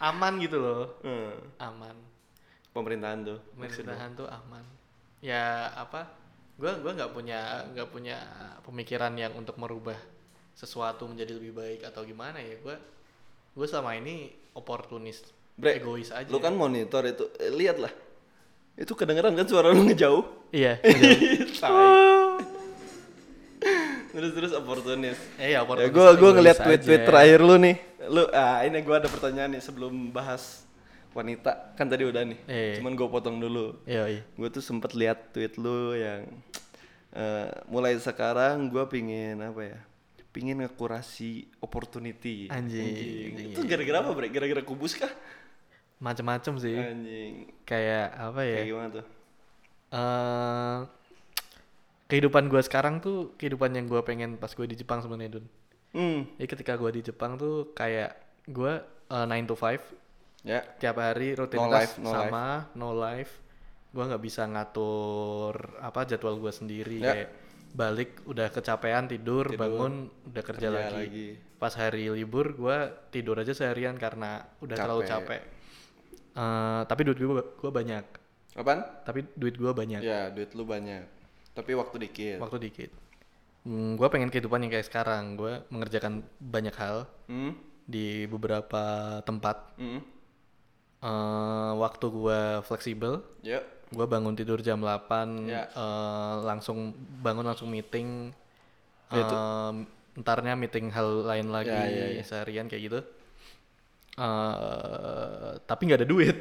[SPEAKER 3] aman gitu loh.
[SPEAKER 2] Hmm,
[SPEAKER 3] Aman.
[SPEAKER 2] pemerintahan tuh.
[SPEAKER 3] Pemerintahan tuh aman. Ya apa? Gue gua nggak punya nggak punya pemikiran yang untuk merubah sesuatu menjadi lebih baik atau gimana ya gue gue selama ini oportunis
[SPEAKER 2] Bre,
[SPEAKER 3] egois aja
[SPEAKER 2] Lu kan monitor itu, eh, lihat lah. Itu kedengeran kan suara lu ngejauh? [laughs]
[SPEAKER 3] iya
[SPEAKER 2] terus terus oportunis.
[SPEAKER 3] eh
[SPEAKER 2] Ya
[SPEAKER 3] ya oportunis
[SPEAKER 2] gue gue
[SPEAKER 3] egois
[SPEAKER 2] ngeliat
[SPEAKER 3] aja.
[SPEAKER 2] tweet tweet terakhir lu nih. Lu ah ini gue ada pertanyaan nih sebelum bahas wanita kan tadi udah nih.
[SPEAKER 3] Iya.
[SPEAKER 2] Cuman gue potong dulu.
[SPEAKER 3] iya iya
[SPEAKER 2] Gue tuh sempet lihat tweet lu yang eh, mulai sekarang gue pingin apa ya? Pingin ngekurasi opportunity.
[SPEAKER 3] Anjing.
[SPEAKER 2] Itu gara-gara apa bre? Gara-gara kubus kah?
[SPEAKER 3] macem-macem sih
[SPEAKER 2] Anjing.
[SPEAKER 3] kayak apa ya
[SPEAKER 2] Eh. Kayak gitu. gimana tuh?
[SPEAKER 3] Eh, kehidupan gue sekarang tuh kehidupan yang gue pengen pas gue di Jepang sebenarnya Dun
[SPEAKER 2] Hmm.
[SPEAKER 3] jadi ketika gue di Jepang tuh kayak gue 9 to 5
[SPEAKER 2] Ya.
[SPEAKER 3] tiap hari
[SPEAKER 2] life,
[SPEAKER 3] rutinitas
[SPEAKER 2] no
[SPEAKER 3] sama no life gue nggak bisa ngatur apa jadwal gue sendiri
[SPEAKER 2] Ya.
[SPEAKER 3] kayak balik udah kecapean tidur, bangun udah kerja,
[SPEAKER 2] kerja
[SPEAKER 3] lagi.
[SPEAKER 2] lagi.
[SPEAKER 3] pas hari libur gue tidur aja seharian karena udah terlalu
[SPEAKER 2] Capek.
[SPEAKER 3] capek Eh, tapi duit gue gua banyak
[SPEAKER 2] Apaan?
[SPEAKER 3] tapi duit gue banyak
[SPEAKER 2] Ya duit lu banyak. Tapi waktu dikit.
[SPEAKER 3] waktu dikit gue pengen kehidupan yang kayak sekarang gue mengerjakan banyak hal
[SPEAKER 2] Hmm.
[SPEAKER 3] di beberapa tempat
[SPEAKER 2] Hmm.
[SPEAKER 3] Eh, waktu gue fleksibel
[SPEAKER 2] Ya.
[SPEAKER 3] gue bangun tidur jam 8
[SPEAKER 2] Ya.
[SPEAKER 3] eh, langsung bangun langsung meeting Eh, entarnya meeting hal lain lagi
[SPEAKER 2] Ya, ya, ya.
[SPEAKER 3] seharian kayak gitu Eh, tapi nggak ada duit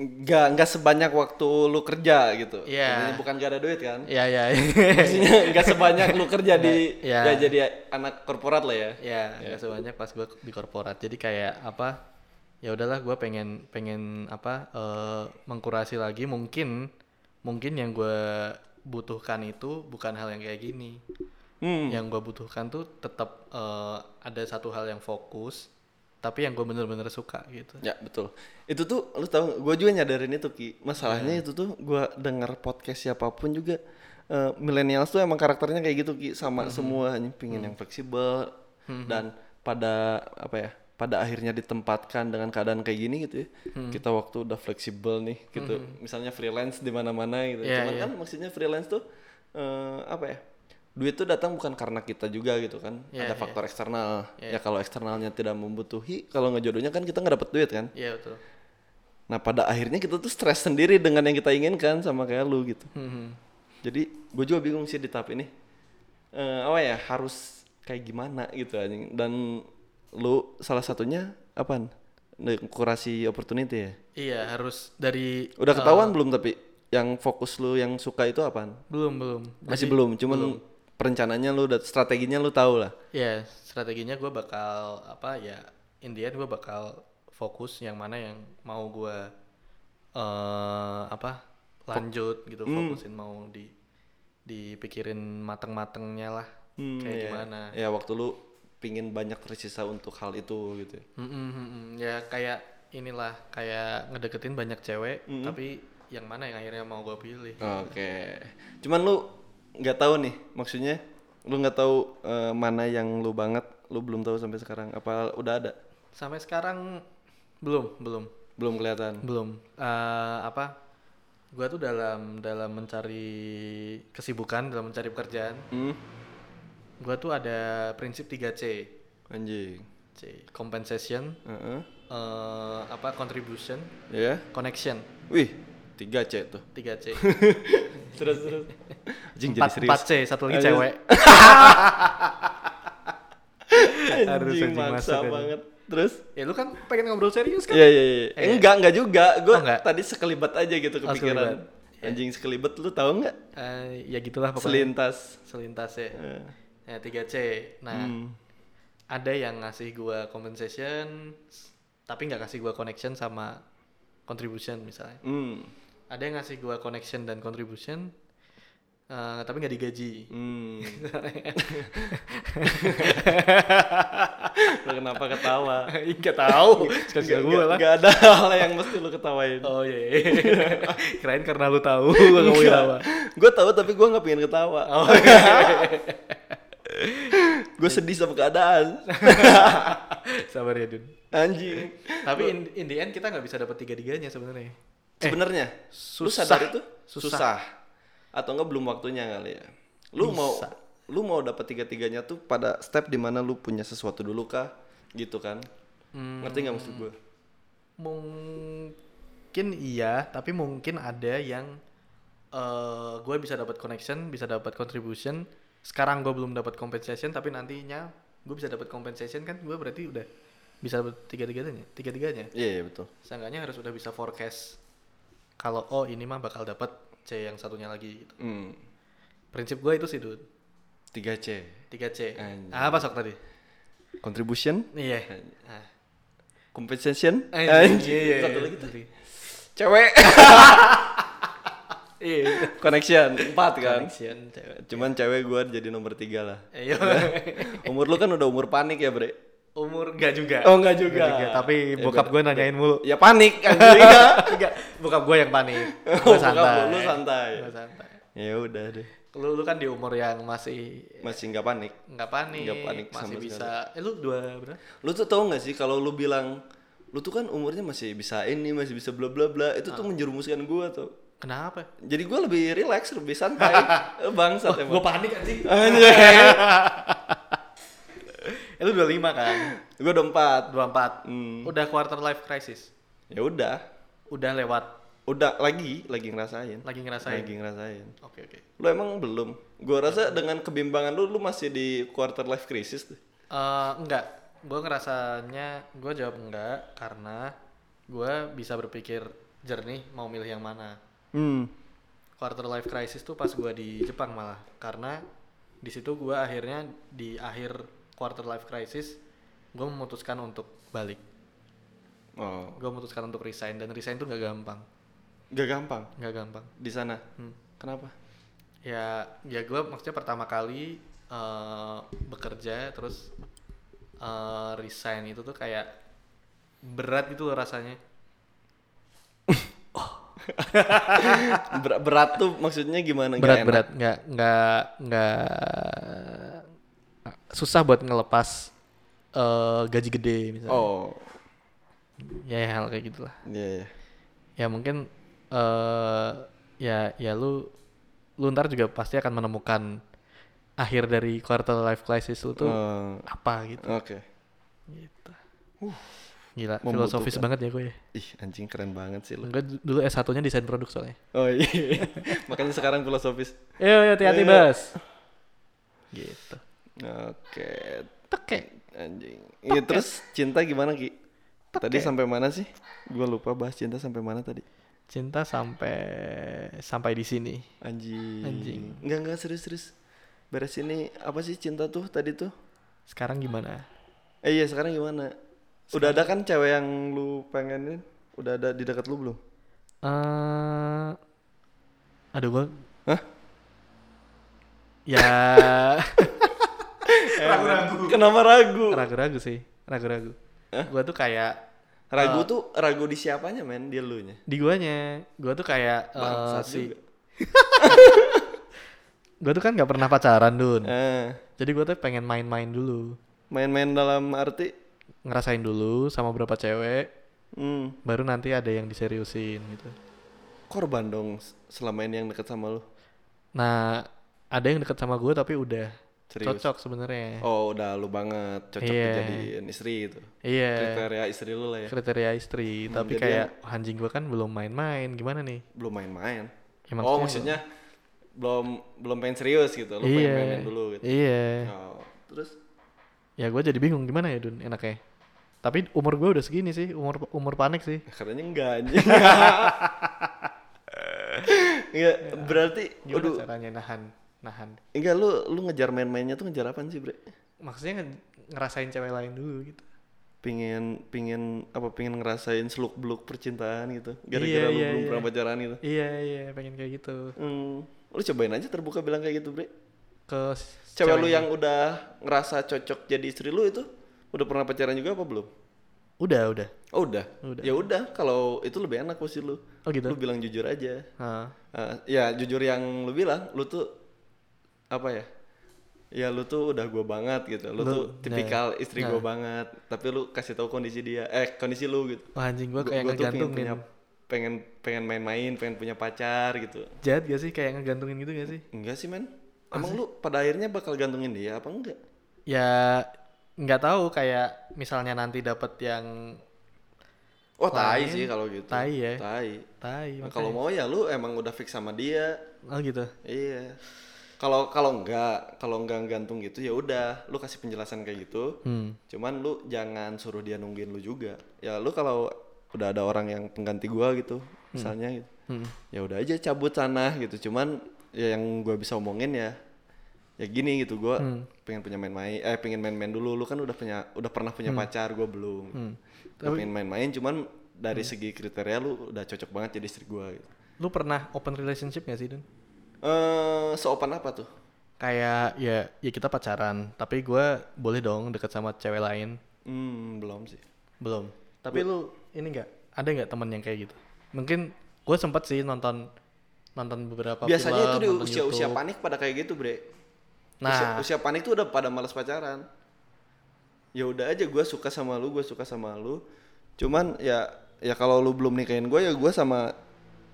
[SPEAKER 2] nggak nggak sebanyak waktu lu kerja gitu.
[SPEAKER 3] Iya.
[SPEAKER 2] Artinya bukan gak ada duit kan?
[SPEAKER 3] ya [laughs] ya
[SPEAKER 2] Maksudnya nggak sebanyak lu kerja di
[SPEAKER 3] [laughs] Iya.
[SPEAKER 2] ya jadi anak korporat lah ya.
[SPEAKER 3] ya nggak sebanyak pas gue di korporat jadi kayak apa ya udahlah gue pengen pengen apa eh, mengkurasi lagi mungkin mungkin yang gue butuhkan itu bukan hal yang kayak gini
[SPEAKER 2] Hmm.
[SPEAKER 3] yang gue butuhkan tuh tetap eh, ada satu hal yang fokus tapi yang gue bener-bener suka gitu
[SPEAKER 2] Ya betul. Itu tuh lu tahu gue juga nyadarin itu ki. Masalahnya
[SPEAKER 3] Iya.
[SPEAKER 2] itu tuh gue denger podcast siapapun
[SPEAKER 3] Mm-hmm. Mm.
[SPEAKER 2] juga eh millennials tuh emang karakternya kayak gitu ki sama semua anjing, pingin yang fleksibel dan pada apa ya pada akhirnya ditempatkan dengan keadaan kayak gini gitu ya
[SPEAKER 3] Mm.
[SPEAKER 2] kita waktu udah fleksibel nih gitu misalnya freelance di mana-mana gitu
[SPEAKER 3] Mm-hmm. Iya,
[SPEAKER 2] cuman
[SPEAKER 3] iya.
[SPEAKER 2] kan maksudnya freelance tuh eh, apa ya duit tuh datang bukan karena kita juga gitu kan
[SPEAKER 3] Iya,
[SPEAKER 2] ada faktor eksternal ya
[SPEAKER 3] Iya.
[SPEAKER 2] kalau eksternalnya tidak membutuhi kalau ngejodohnya kan kita nggak dapet duit kan
[SPEAKER 3] Iya betul.
[SPEAKER 2] nah pada akhirnya kita tuh stres sendiri dengan yang kita inginkan sama kayak lu gitu
[SPEAKER 3] Hmm.
[SPEAKER 2] jadi gue juga bingung sih di tahap ini. Eh apa ya harus kayak gimana gitu anjing. Dan lu salah satunya apaan? Nih, Kurasi opportunity ya.
[SPEAKER 3] Iya harus dari
[SPEAKER 2] Udah ketahuan belum tapi yang fokus lu yang suka itu apaan?
[SPEAKER 3] belum belum.
[SPEAKER 2] Masih belum, cuman perencananya lu dan strateginya lu tahu lah.
[SPEAKER 3] Ya strateginya gue bakal apa ya Indian gue bakal fokus yang mana yang mau gue eh apa lanjut gitu
[SPEAKER 2] Hmm.
[SPEAKER 3] fokusin mau di dipikirin mateng-matengnya lah kayak
[SPEAKER 2] ya.
[SPEAKER 3] gimana.
[SPEAKER 2] Ya waktu lu pingin banyak tersisa untuk hal itu gitu.
[SPEAKER 3] Mm-mm, mm-mm. Ya kayak inilah kayak ngedeketin banyak cewek tapi yang mana yang akhirnya mau gue pilih.
[SPEAKER 2] Oke. Cuman lu nggak tahu nih, maksudnya lu nggak tahu eh, mana yang lu banget, lu belum tahu sampai sekarang. Apa udah ada?
[SPEAKER 3] Sampai sekarang belum belum
[SPEAKER 2] Belum kelihatan.
[SPEAKER 3] belum Eh, apa? Gue tuh dalam dalam mencari kesibukan dalam mencari pekerjaan
[SPEAKER 2] Hmm.
[SPEAKER 3] Gua tuh ada prinsip 3C.
[SPEAKER 2] Anjing.
[SPEAKER 3] C, compensation,
[SPEAKER 2] Heeh.
[SPEAKER 3] eh, apa contribution,
[SPEAKER 2] Ya.
[SPEAKER 3] connection.
[SPEAKER 2] Wih, 3C tuh.
[SPEAKER 3] 3C.
[SPEAKER 2] Terus terus. [laughs] Anjing [laughs] jadi
[SPEAKER 3] 4,
[SPEAKER 2] serius.
[SPEAKER 3] 4C, satu lagi
[SPEAKER 2] Ayo. [laughs]
[SPEAKER 3] cewek. Harus
[SPEAKER 2] Anjing
[SPEAKER 3] anjing
[SPEAKER 2] maksa
[SPEAKER 3] masuk,
[SPEAKER 2] banget. Terus?
[SPEAKER 3] Ya lu kan pengen ngobrol serius kan?
[SPEAKER 2] Iya iya iya. Eh, Enggak, enggak juga. Gue
[SPEAKER 3] Oh, enggak.
[SPEAKER 2] tadi sekelibat aja gitu
[SPEAKER 3] Oh,
[SPEAKER 2] kepikiran. Anjing sekelibat lu tahu nggak?
[SPEAKER 3] Eh, ya gitulah pokoknya.
[SPEAKER 2] Selintas. Eh.
[SPEAKER 3] Selintas ya. Ya 3C. Nah, ada yang ngasih gua compensation s- tapi nggak kasih gua connection sama contribution misalnya.
[SPEAKER 2] Hmm.
[SPEAKER 3] ada yang ngasih gua connection dan contribution eh, tapi nggak digaji
[SPEAKER 2] Hmm. [laughs] lu kenapa ketawa?
[SPEAKER 3] [laughs] nggak tahu sekali
[SPEAKER 2] Nggak-
[SPEAKER 3] gue Kan lah
[SPEAKER 2] nggak ada [laughs] hal yang mesti lu ketawain.
[SPEAKER 3] oh [laughs] iya keren karena lu [laughs] tahu gua nggak mau ketawa
[SPEAKER 2] Gue tahu tapi gue nggak pengen ketawa. [laughs]
[SPEAKER 3] oh iya.
[SPEAKER 2] Gue sedih sama keadaan.
[SPEAKER 3] sabar ya Dun
[SPEAKER 2] Anjing.
[SPEAKER 3] tapi in, in the end kita nggak bisa dapat tiga tiganya sebenarnya
[SPEAKER 2] Sebenarnya lu
[SPEAKER 3] Eh, susah.
[SPEAKER 2] sadar itu
[SPEAKER 3] Susah.
[SPEAKER 2] susah. Atau enggak belum waktunya kali ya. Lu mau lu mau dapat tiga-tiganya tuh pada step dimana lu punya sesuatu dulu kah? Gitu kan. Ngerti nggak maksud gue?
[SPEAKER 3] Hmm. mungkin iya tapi mungkin ada yang eh gue bisa dapat connection bisa dapat contribution sekarang gue belum dapat compensation tapi nantinya gue bisa dapat compensation kan gue berarti udah bisa dapat tiga tiganya tiga tiganya
[SPEAKER 2] Iya, iya, betul.
[SPEAKER 3] seenggaknya harus udah bisa forecast kalau oh ini mah bakal dapat C yang satunya lagi gitu.
[SPEAKER 2] Hmm.
[SPEAKER 3] prinsip gue itu sih dude
[SPEAKER 2] 3C.
[SPEAKER 3] 3C
[SPEAKER 2] Anjay.
[SPEAKER 3] Ah, apa sok tadi
[SPEAKER 2] Contribution,
[SPEAKER 3] iya
[SPEAKER 2] compensation,
[SPEAKER 3] Ah. Anjay,
[SPEAKER 2] anjing. satu lagi tuh.
[SPEAKER 3] tadi.
[SPEAKER 2] Cewek, [laughs]
[SPEAKER 3] iya
[SPEAKER 2] connection, empat kan.
[SPEAKER 3] connection cewek
[SPEAKER 2] Cuman cewek gue jadi nomor tiga lah.
[SPEAKER 3] Ayo. Iya.
[SPEAKER 2] Umur lu kan udah umur panik ya, Bre.
[SPEAKER 3] umur enggak juga Eh,
[SPEAKER 2] Oh, nggak juga.
[SPEAKER 3] tapi
[SPEAKER 2] Ya,
[SPEAKER 3] bokap gue nanyain mulu
[SPEAKER 2] Ya panik anjing. [laughs]
[SPEAKER 3] enggak bokap gue yang panik
[SPEAKER 2] Oh, bokap
[SPEAKER 3] gue santai
[SPEAKER 2] lu santai.
[SPEAKER 3] Gua santai
[SPEAKER 2] ya udah deh.
[SPEAKER 3] lu, lu kan di umur yang masih
[SPEAKER 2] Masih nggak panik.
[SPEAKER 3] nggak panik,
[SPEAKER 2] Nggak panik
[SPEAKER 3] masih
[SPEAKER 2] sama
[SPEAKER 3] bisa eh lu dua berapa
[SPEAKER 2] Lu tuh tau gak sih kalau lu bilang lu tuh kan umurnya masih bisa ini, masih bisa bla bla bla, itu
[SPEAKER 3] Ah.
[SPEAKER 2] tuh menjerumuskan gua tuh.
[SPEAKER 3] kenapa
[SPEAKER 2] Jadi gua lebih relax, lebih
[SPEAKER 3] [laughs]
[SPEAKER 2] santai. Eh, Bangsat
[SPEAKER 3] gue
[SPEAKER 2] emang.
[SPEAKER 3] panik anjing
[SPEAKER 2] Anjay.
[SPEAKER 3] eh, lu dua lima kan
[SPEAKER 2] [laughs] Gua udah empat.
[SPEAKER 3] dua empat
[SPEAKER 2] Hmm.
[SPEAKER 3] udah quarter life crisis
[SPEAKER 2] Ya udah,
[SPEAKER 3] udah lewat
[SPEAKER 2] udah lagi lagi ngerasain.
[SPEAKER 3] lagi ngerasain
[SPEAKER 2] Lagi ngerasain.
[SPEAKER 3] oke oke
[SPEAKER 2] Lu emang belum. Gua rasa dengan kebimbangan lu lu masih di quarter life crisis tuh.
[SPEAKER 3] Eh, enggak gue ngerasanya gue jawab enggak karena gue bisa berpikir jernih mau milih yang mana
[SPEAKER 2] Hmm.
[SPEAKER 3] quarter life crisis tuh pas gua di Jepang malah karena di situ gua akhirnya di akhir quarter life crisis gua memutuskan untuk balik
[SPEAKER 2] Oh,
[SPEAKER 3] gua memutuskan untuk resign dan resign tuh nggak gampang
[SPEAKER 2] gak gampang
[SPEAKER 3] nggak gampang
[SPEAKER 2] di sana.
[SPEAKER 3] Hmm.
[SPEAKER 2] Kenapa?
[SPEAKER 3] ya ya gua maksudnya pertama kali eh, bekerja terus eh, resign itu tuh kayak berat gitu loh rasanya
[SPEAKER 2] Ber- berat tuh maksudnya gimana? Nggak
[SPEAKER 3] berat
[SPEAKER 2] enak?
[SPEAKER 3] berat nggak nggak nggak susah buat ngelepas eh, gaji gede misalnya.
[SPEAKER 2] Oh,
[SPEAKER 3] Ya, ya, hal kayak gitulah.
[SPEAKER 2] iya iya.
[SPEAKER 3] Ya mungkin eh ya ya lu lu ntar juga pasti akan menemukan akhir dari quarter life crisis lu tuh
[SPEAKER 2] Eh,
[SPEAKER 3] apa gitu.
[SPEAKER 2] Oke.
[SPEAKER 3] Gitu. Gila,
[SPEAKER 2] Membutuhkan.
[SPEAKER 3] filosofis banget ya gue. ya.
[SPEAKER 2] Ih, anjing keren banget sih lu.
[SPEAKER 3] Gue d- dulu S1-nya desain produk soalnya.
[SPEAKER 2] Oh iya. [laughs] Makanya sekarang filosofis.
[SPEAKER 3] Ayo, ayo, hati-hati,
[SPEAKER 2] Ayo.
[SPEAKER 3] Bas. Gitu.
[SPEAKER 2] Oke.
[SPEAKER 3] Teke.
[SPEAKER 2] Anjing. Iya, terus cinta gimana, Ki? Tadi sampai mana sih? Gua lupa bahas cinta sampai mana tadi.
[SPEAKER 3] Cinta sampai sampai di sini.
[SPEAKER 2] Anjing.
[SPEAKER 3] Anjing.
[SPEAKER 2] Enggak, enggak serius-serius. Beres ini apa sih cinta tuh tadi tuh?
[SPEAKER 3] Sekarang gimana?
[SPEAKER 2] Eh iya, sekarang gimana? Udah ada kan cewek yang lu pengenin? Udah ada di dekat lu belum?
[SPEAKER 3] Eh Aduh, gue
[SPEAKER 2] Hah?
[SPEAKER 3] ya
[SPEAKER 2] [laughs] Eh, Kenapa ragu?
[SPEAKER 3] ragu-ragu sih, ragu-ragu. Gue tuh kayak eh.
[SPEAKER 2] Ragu tuh ragu di siapanya, men? Di elunya.
[SPEAKER 3] di guanya, gue tuh kayak eh,
[SPEAKER 2] Bangsat
[SPEAKER 3] si
[SPEAKER 2] juga.
[SPEAKER 3] gue tuh kan nggak pernah pacaran dun.
[SPEAKER 2] Eh,
[SPEAKER 3] Jadi gue tuh pengen main-main dulu,
[SPEAKER 2] main-main dalam arti
[SPEAKER 3] ngerasain dulu sama berapa cewek,
[SPEAKER 2] hmm,
[SPEAKER 3] baru nanti ada yang diseriusin gitu.
[SPEAKER 2] korban dong s- selama ini yang dekat sama lu.
[SPEAKER 3] Nah, ada yang deket sama gue tapi udah
[SPEAKER 2] Serius?
[SPEAKER 3] cocok sebenarnya.
[SPEAKER 2] Oh, udah lu banget cocok
[SPEAKER 3] Iya.
[SPEAKER 2] dijadiin istri itu.
[SPEAKER 3] Iya,
[SPEAKER 2] Kriteria istri lu lah ya.
[SPEAKER 3] kriteria istri. tapi
[SPEAKER 2] jadi
[SPEAKER 3] kayak "Wah, anjing gue kan belum main-main, gimana nih?
[SPEAKER 2] Belum main-main.
[SPEAKER 3] Ya,
[SPEAKER 2] oh, maksudnya belum belum pengen serius gitu. Lu pengen
[SPEAKER 3] iya,
[SPEAKER 2] mainin dulu gitu.
[SPEAKER 3] Iya.
[SPEAKER 2] Oh, terus
[SPEAKER 3] Ya gue jadi bingung gimana ya Dun enaknya. Tapi umur gue udah segini sih, umur umur panik sih.
[SPEAKER 2] katanya enggak anjing. [laughs] Enggak, berarti
[SPEAKER 3] Gimana
[SPEAKER 2] aduh,
[SPEAKER 3] caranya nahan, nahan.
[SPEAKER 2] enggak lu lu ngejar main-mainnya tuh ngejar apaan sih, Bre?
[SPEAKER 3] Maksudnya nge- ngerasain cewek lain dulu gitu.
[SPEAKER 2] Pingin pingin apa pingin ngerasain seluk-beluk percintaan gitu. Gara-gara lu
[SPEAKER 3] Iya, iya,
[SPEAKER 2] belum
[SPEAKER 3] iya.
[SPEAKER 2] pernah pacaran gitu.
[SPEAKER 3] Iya iya, pengen kayak gitu.
[SPEAKER 2] Hmm, lu cobain aja terbuka bilang kayak gitu, Bre.
[SPEAKER 3] Ke s-
[SPEAKER 2] Cewek lu yang udah ngerasa cocok jadi istri lu itu udah pernah pacaran juga apa belum?
[SPEAKER 3] udah udah.
[SPEAKER 2] Oh, udah.
[SPEAKER 3] Udah.
[SPEAKER 2] Ya udah, kalau itu lebih enak pasti lu.
[SPEAKER 3] Oh gitu.
[SPEAKER 2] Lu bilang jujur aja.
[SPEAKER 3] Hah.
[SPEAKER 2] Eh, ya jujur yang lu bilang, lu tuh apa ya? Ya lu tuh udah gua banget gitu. Lu,
[SPEAKER 3] Lu-
[SPEAKER 2] tuh
[SPEAKER 3] ya,
[SPEAKER 2] tipikal istri
[SPEAKER 3] ya.
[SPEAKER 2] gua banget. Tapi lu kasih tahu kondisi dia, eh kondisi lu gitu.
[SPEAKER 3] Wah anjing gue
[SPEAKER 2] Gua-
[SPEAKER 3] kayak
[SPEAKER 2] gua tuh pengen
[SPEAKER 3] ngegantungin.
[SPEAKER 2] punya pengen pengen main-main, pengen punya pacar gitu.
[SPEAKER 3] Jahat gak sih kayak ngegantungin gitu gak sih?
[SPEAKER 2] Enggak sih, men. Emang lu pada akhirnya bakal gantungin dia apa enggak?
[SPEAKER 3] Ya nggak tahu kayak misalnya nanti dapet yang
[SPEAKER 2] Oh, tai
[SPEAKER 3] Lain,
[SPEAKER 2] sih kalau gitu.
[SPEAKER 3] tai ya. Iya,
[SPEAKER 2] Tai.
[SPEAKER 3] tai
[SPEAKER 2] Nah, kalau mau ya lu emang udah fix sama dia.
[SPEAKER 3] makanya. oh gitu.
[SPEAKER 2] Iya. Kalau kalau enggak, kalau enggak gantung gitu ya udah, lu kasih penjelasan kayak gitu.
[SPEAKER 3] Hmm.
[SPEAKER 2] Cuman lu jangan suruh dia nungguin lu juga. Ya lu kalau udah ada orang yang pengganti gua gitu, misalnya gitu.
[SPEAKER 3] Hmm.
[SPEAKER 2] Ya udah aja cabut sana gitu. Cuman ya yang gua bisa omongin ya ya gini gitu gua
[SPEAKER 3] Hmm.
[SPEAKER 2] pengen punya main-main eh pengen main-main dulu lu kan udah punya udah pernah
[SPEAKER 3] Hmm.
[SPEAKER 2] punya pacar gua belum Gua pengen main-main cuman
[SPEAKER 3] Hmm.
[SPEAKER 2] dari segi kriteria lu udah cocok banget jadi istri gua gitu
[SPEAKER 3] Lu pernah open relationship gak sih Dun?
[SPEAKER 2] eh seopan apa tuh
[SPEAKER 3] Kayak ya ya kita pacaran, tapi gue boleh dong deket sama cewek lain.
[SPEAKER 2] Hmm, belum sih.
[SPEAKER 3] Belum. Tapi lu ini nggak ada nggak temen yang kayak gitu? Mungkin gue sempet sih nonton nonton beberapa
[SPEAKER 2] Biasanya
[SPEAKER 3] film,
[SPEAKER 2] itu di
[SPEAKER 3] nonton
[SPEAKER 2] usia-usia
[SPEAKER 3] YouTube.
[SPEAKER 2] panik pada kayak gitu, Bre.
[SPEAKER 3] Nah.
[SPEAKER 2] Usia, usia panik tuh udah pada malas pacaran. Ya udah aja gue suka sama lu, gue suka sama lu. Cuman ya ya kalau lu belum nikahin gue ya gue sama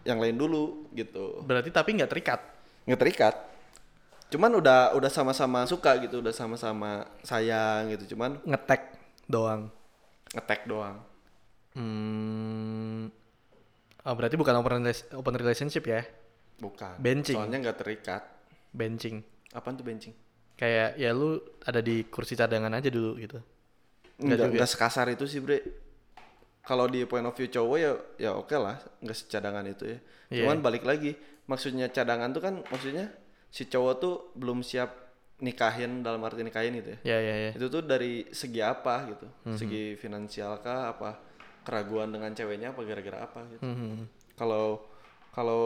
[SPEAKER 2] yang lain dulu gitu.
[SPEAKER 3] Berarti tapi nggak terikat.
[SPEAKER 2] Ngeterikat. Cuman udah udah sama-sama suka gitu, udah sama-sama sayang gitu. Cuman
[SPEAKER 3] Ngetek doang.
[SPEAKER 2] ngetek doang.
[SPEAKER 3] Hmm. Oh, berarti bukan open, rela- open relationship ya?
[SPEAKER 2] Bukan.
[SPEAKER 3] Benching.
[SPEAKER 2] Soalnya nggak terikat.
[SPEAKER 3] Benching.
[SPEAKER 2] Apaan tuh benching?
[SPEAKER 3] Kayak ya lu ada di kursi cadangan aja dulu gitu. Nggak
[SPEAKER 2] Nggak,
[SPEAKER 3] juga.
[SPEAKER 2] nggak sekasar itu sih bre kalau di point of view cowok ya ya oke lah nggak secadangan itu ya
[SPEAKER 3] Iya.
[SPEAKER 2] cuman balik lagi maksudnya cadangan tuh kan maksudnya si cowok tuh belum siap nikahin dalam arti nikahin gitu ya
[SPEAKER 3] Ya ya ya.
[SPEAKER 2] itu tuh dari segi apa gitu
[SPEAKER 3] Hmm,
[SPEAKER 2] segi finansial kah apa keraguan dengan ceweknya apa gara-gara apa gitu
[SPEAKER 3] Mhm.
[SPEAKER 2] kalau kalau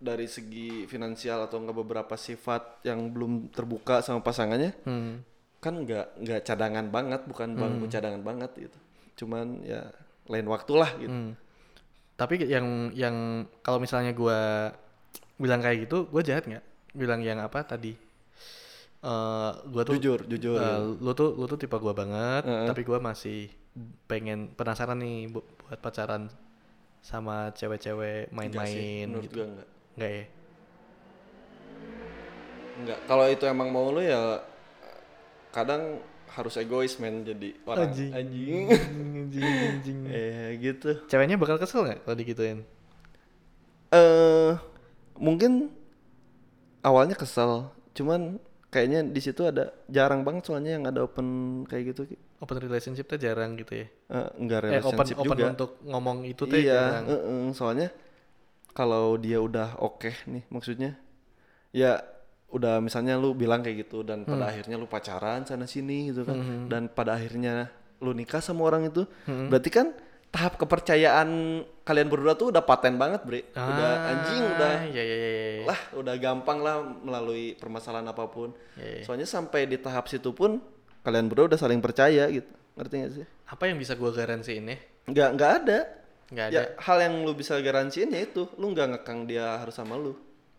[SPEAKER 2] dari segi finansial atau enggak beberapa sifat yang belum terbuka sama pasangannya
[SPEAKER 3] Hmm.
[SPEAKER 2] kan nggak nggak cadangan banget bukan bangku cadangan banget gitu cuman ya lain waktulah gitu
[SPEAKER 3] Hmm. Tapi yang yang kalau misalnya gua bilang kayak gitu, gua jahat nggak? Bilang yang apa tadi? eh, gua tuh
[SPEAKER 2] Jujur, jujur.
[SPEAKER 3] eh, lu tuh lu tuh tipe gua banget,
[SPEAKER 2] Iya. Heeh.
[SPEAKER 3] tapi gua masih pengen penasaran nih bu- buat pacaran sama cewek-cewek
[SPEAKER 2] Enggak sih,
[SPEAKER 3] main-main
[SPEAKER 2] menurut
[SPEAKER 3] gitu.
[SPEAKER 2] gua enggak
[SPEAKER 3] Enggak ya?
[SPEAKER 2] enggak kalau itu emang mau lu ya kadang harus egois men jadi orang
[SPEAKER 3] Anjing.
[SPEAKER 2] anjing
[SPEAKER 3] Anjing, anjing.
[SPEAKER 2] ya gitu
[SPEAKER 3] [laughs] Ceweknya bakal kesel nggak kalau digituin?
[SPEAKER 2] eh mungkin awalnya kesel cuman kayaknya di situ ada jarang banget soalnya yang ada open kayak gitu Ki.
[SPEAKER 3] Open relationship tuh jarang gitu ya?
[SPEAKER 2] Eh, enggak
[SPEAKER 3] Eh, open,
[SPEAKER 2] relationship
[SPEAKER 3] open
[SPEAKER 2] juga
[SPEAKER 3] untuk ngomong itu tuh
[SPEAKER 2] iya
[SPEAKER 3] jarang.
[SPEAKER 2] eh-eh, soalnya kalau dia udah oke nih maksudnya ya udah misalnya lu bilang kayak gitu dan
[SPEAKER 3] Hmm.
[SPEAKER 2] pada akhirnya lu pacaran sana sini gitu kan dan pada akhirnya lu nikah sama orang itu
[SPEAKER 3] Hmm.
[SPEAKER 2] berarti kan tahap kepercayaan kalian berdua tuh udah paten banget bre udah
[SPEAKER 3] Ah,
[SPEAKER 2] anjing udah
[SPEAKER 3] Iya, iya, iya. iya.
[SPEAKER 2] lah udah gampang lah melalui permasalahan apapun
[SPEAKER 3] Iya, iya.
[SPEAKER 2] soalnya sampai di tahap situ pun kalian berdua udah saling percaya gitu ngerti gak sih
[SPEAKER 3] Apa yang bisa gua garansiin ya?
[SPEAKER 2] nggak nggak ada
[SPEAKER 3] Nggak ada.
[SPEAKER 2] ya hal yang lu bisa garansiin ya itu lu nggak ngekang dia harus sama lu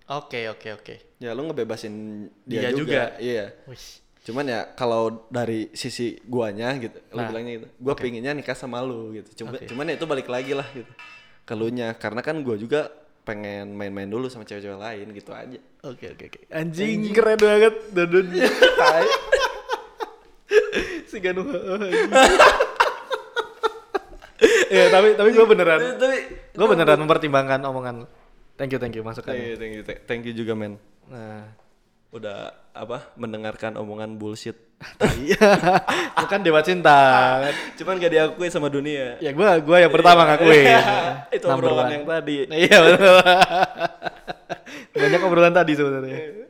[SPEAKER 3] Oke, oke, oke.
[SPEAKER 2] ya lu ngebebasin dia,
[SPEAKER 3] Dia juga.
[SPEAKER 2] juga. iya
[SPEAKER 3] Wih.
[SPEAKER 2] cuman ya kalau dari sisi guanya gitu lu
[SPEAKER 3] Nah,
[SPEAKER 2] bilangnya gitu gua pinginnya nikah sama lu gitu Cuma,
[SPEAKER 3] Oke.
[SPEAKER 2] cuman ya itu balik lagi lah gitu kelunya karena kan gua juga pengen main-main dulu sama cewek-cewek lain gitu
[SPEAKER 3] [laughs]
[SPEAKER 2] aja
[SPEAKER 3] Oke oke oke. Anjing, keren banget Dodon
[SPEAKER 2] Tai.
[SPEAKER 3] si Ganu. [laughs] ya tapi tapi gue beneran
[SPEAKER 2] tapi
[SPEAKER 3] gue beneran mempertimbangkan omongan. lu. Thank you thank you
[SPEAKER 2] Thank
[SPEAKER 3] masukannya.
[SPEAKER 2] you, thank you, thank- thank you juga men.
[SPEAKER 3] Nah, [laughs]
[SPEAKER 2] Udah apa mendengarkan omongan bullshit. [laughs]
[SPEAKER 3] bukan kan dewa cinta.
[SPEAKER 2] Cuman gak diakui sama dunia.
[SPEAKER 3] Ya gue gua yang pertama ngakuin.
[SPEAKER 2] [laughs] Itu
[SPEAKER 3] Number
[SPEAKER 2] obrolan
[SPEAKER 3] one. [laughs]
[SPEAKER 2] yang tadi.
[SPEAKER 3] Iya betul. Banyak obrolan tadi sebenarnya.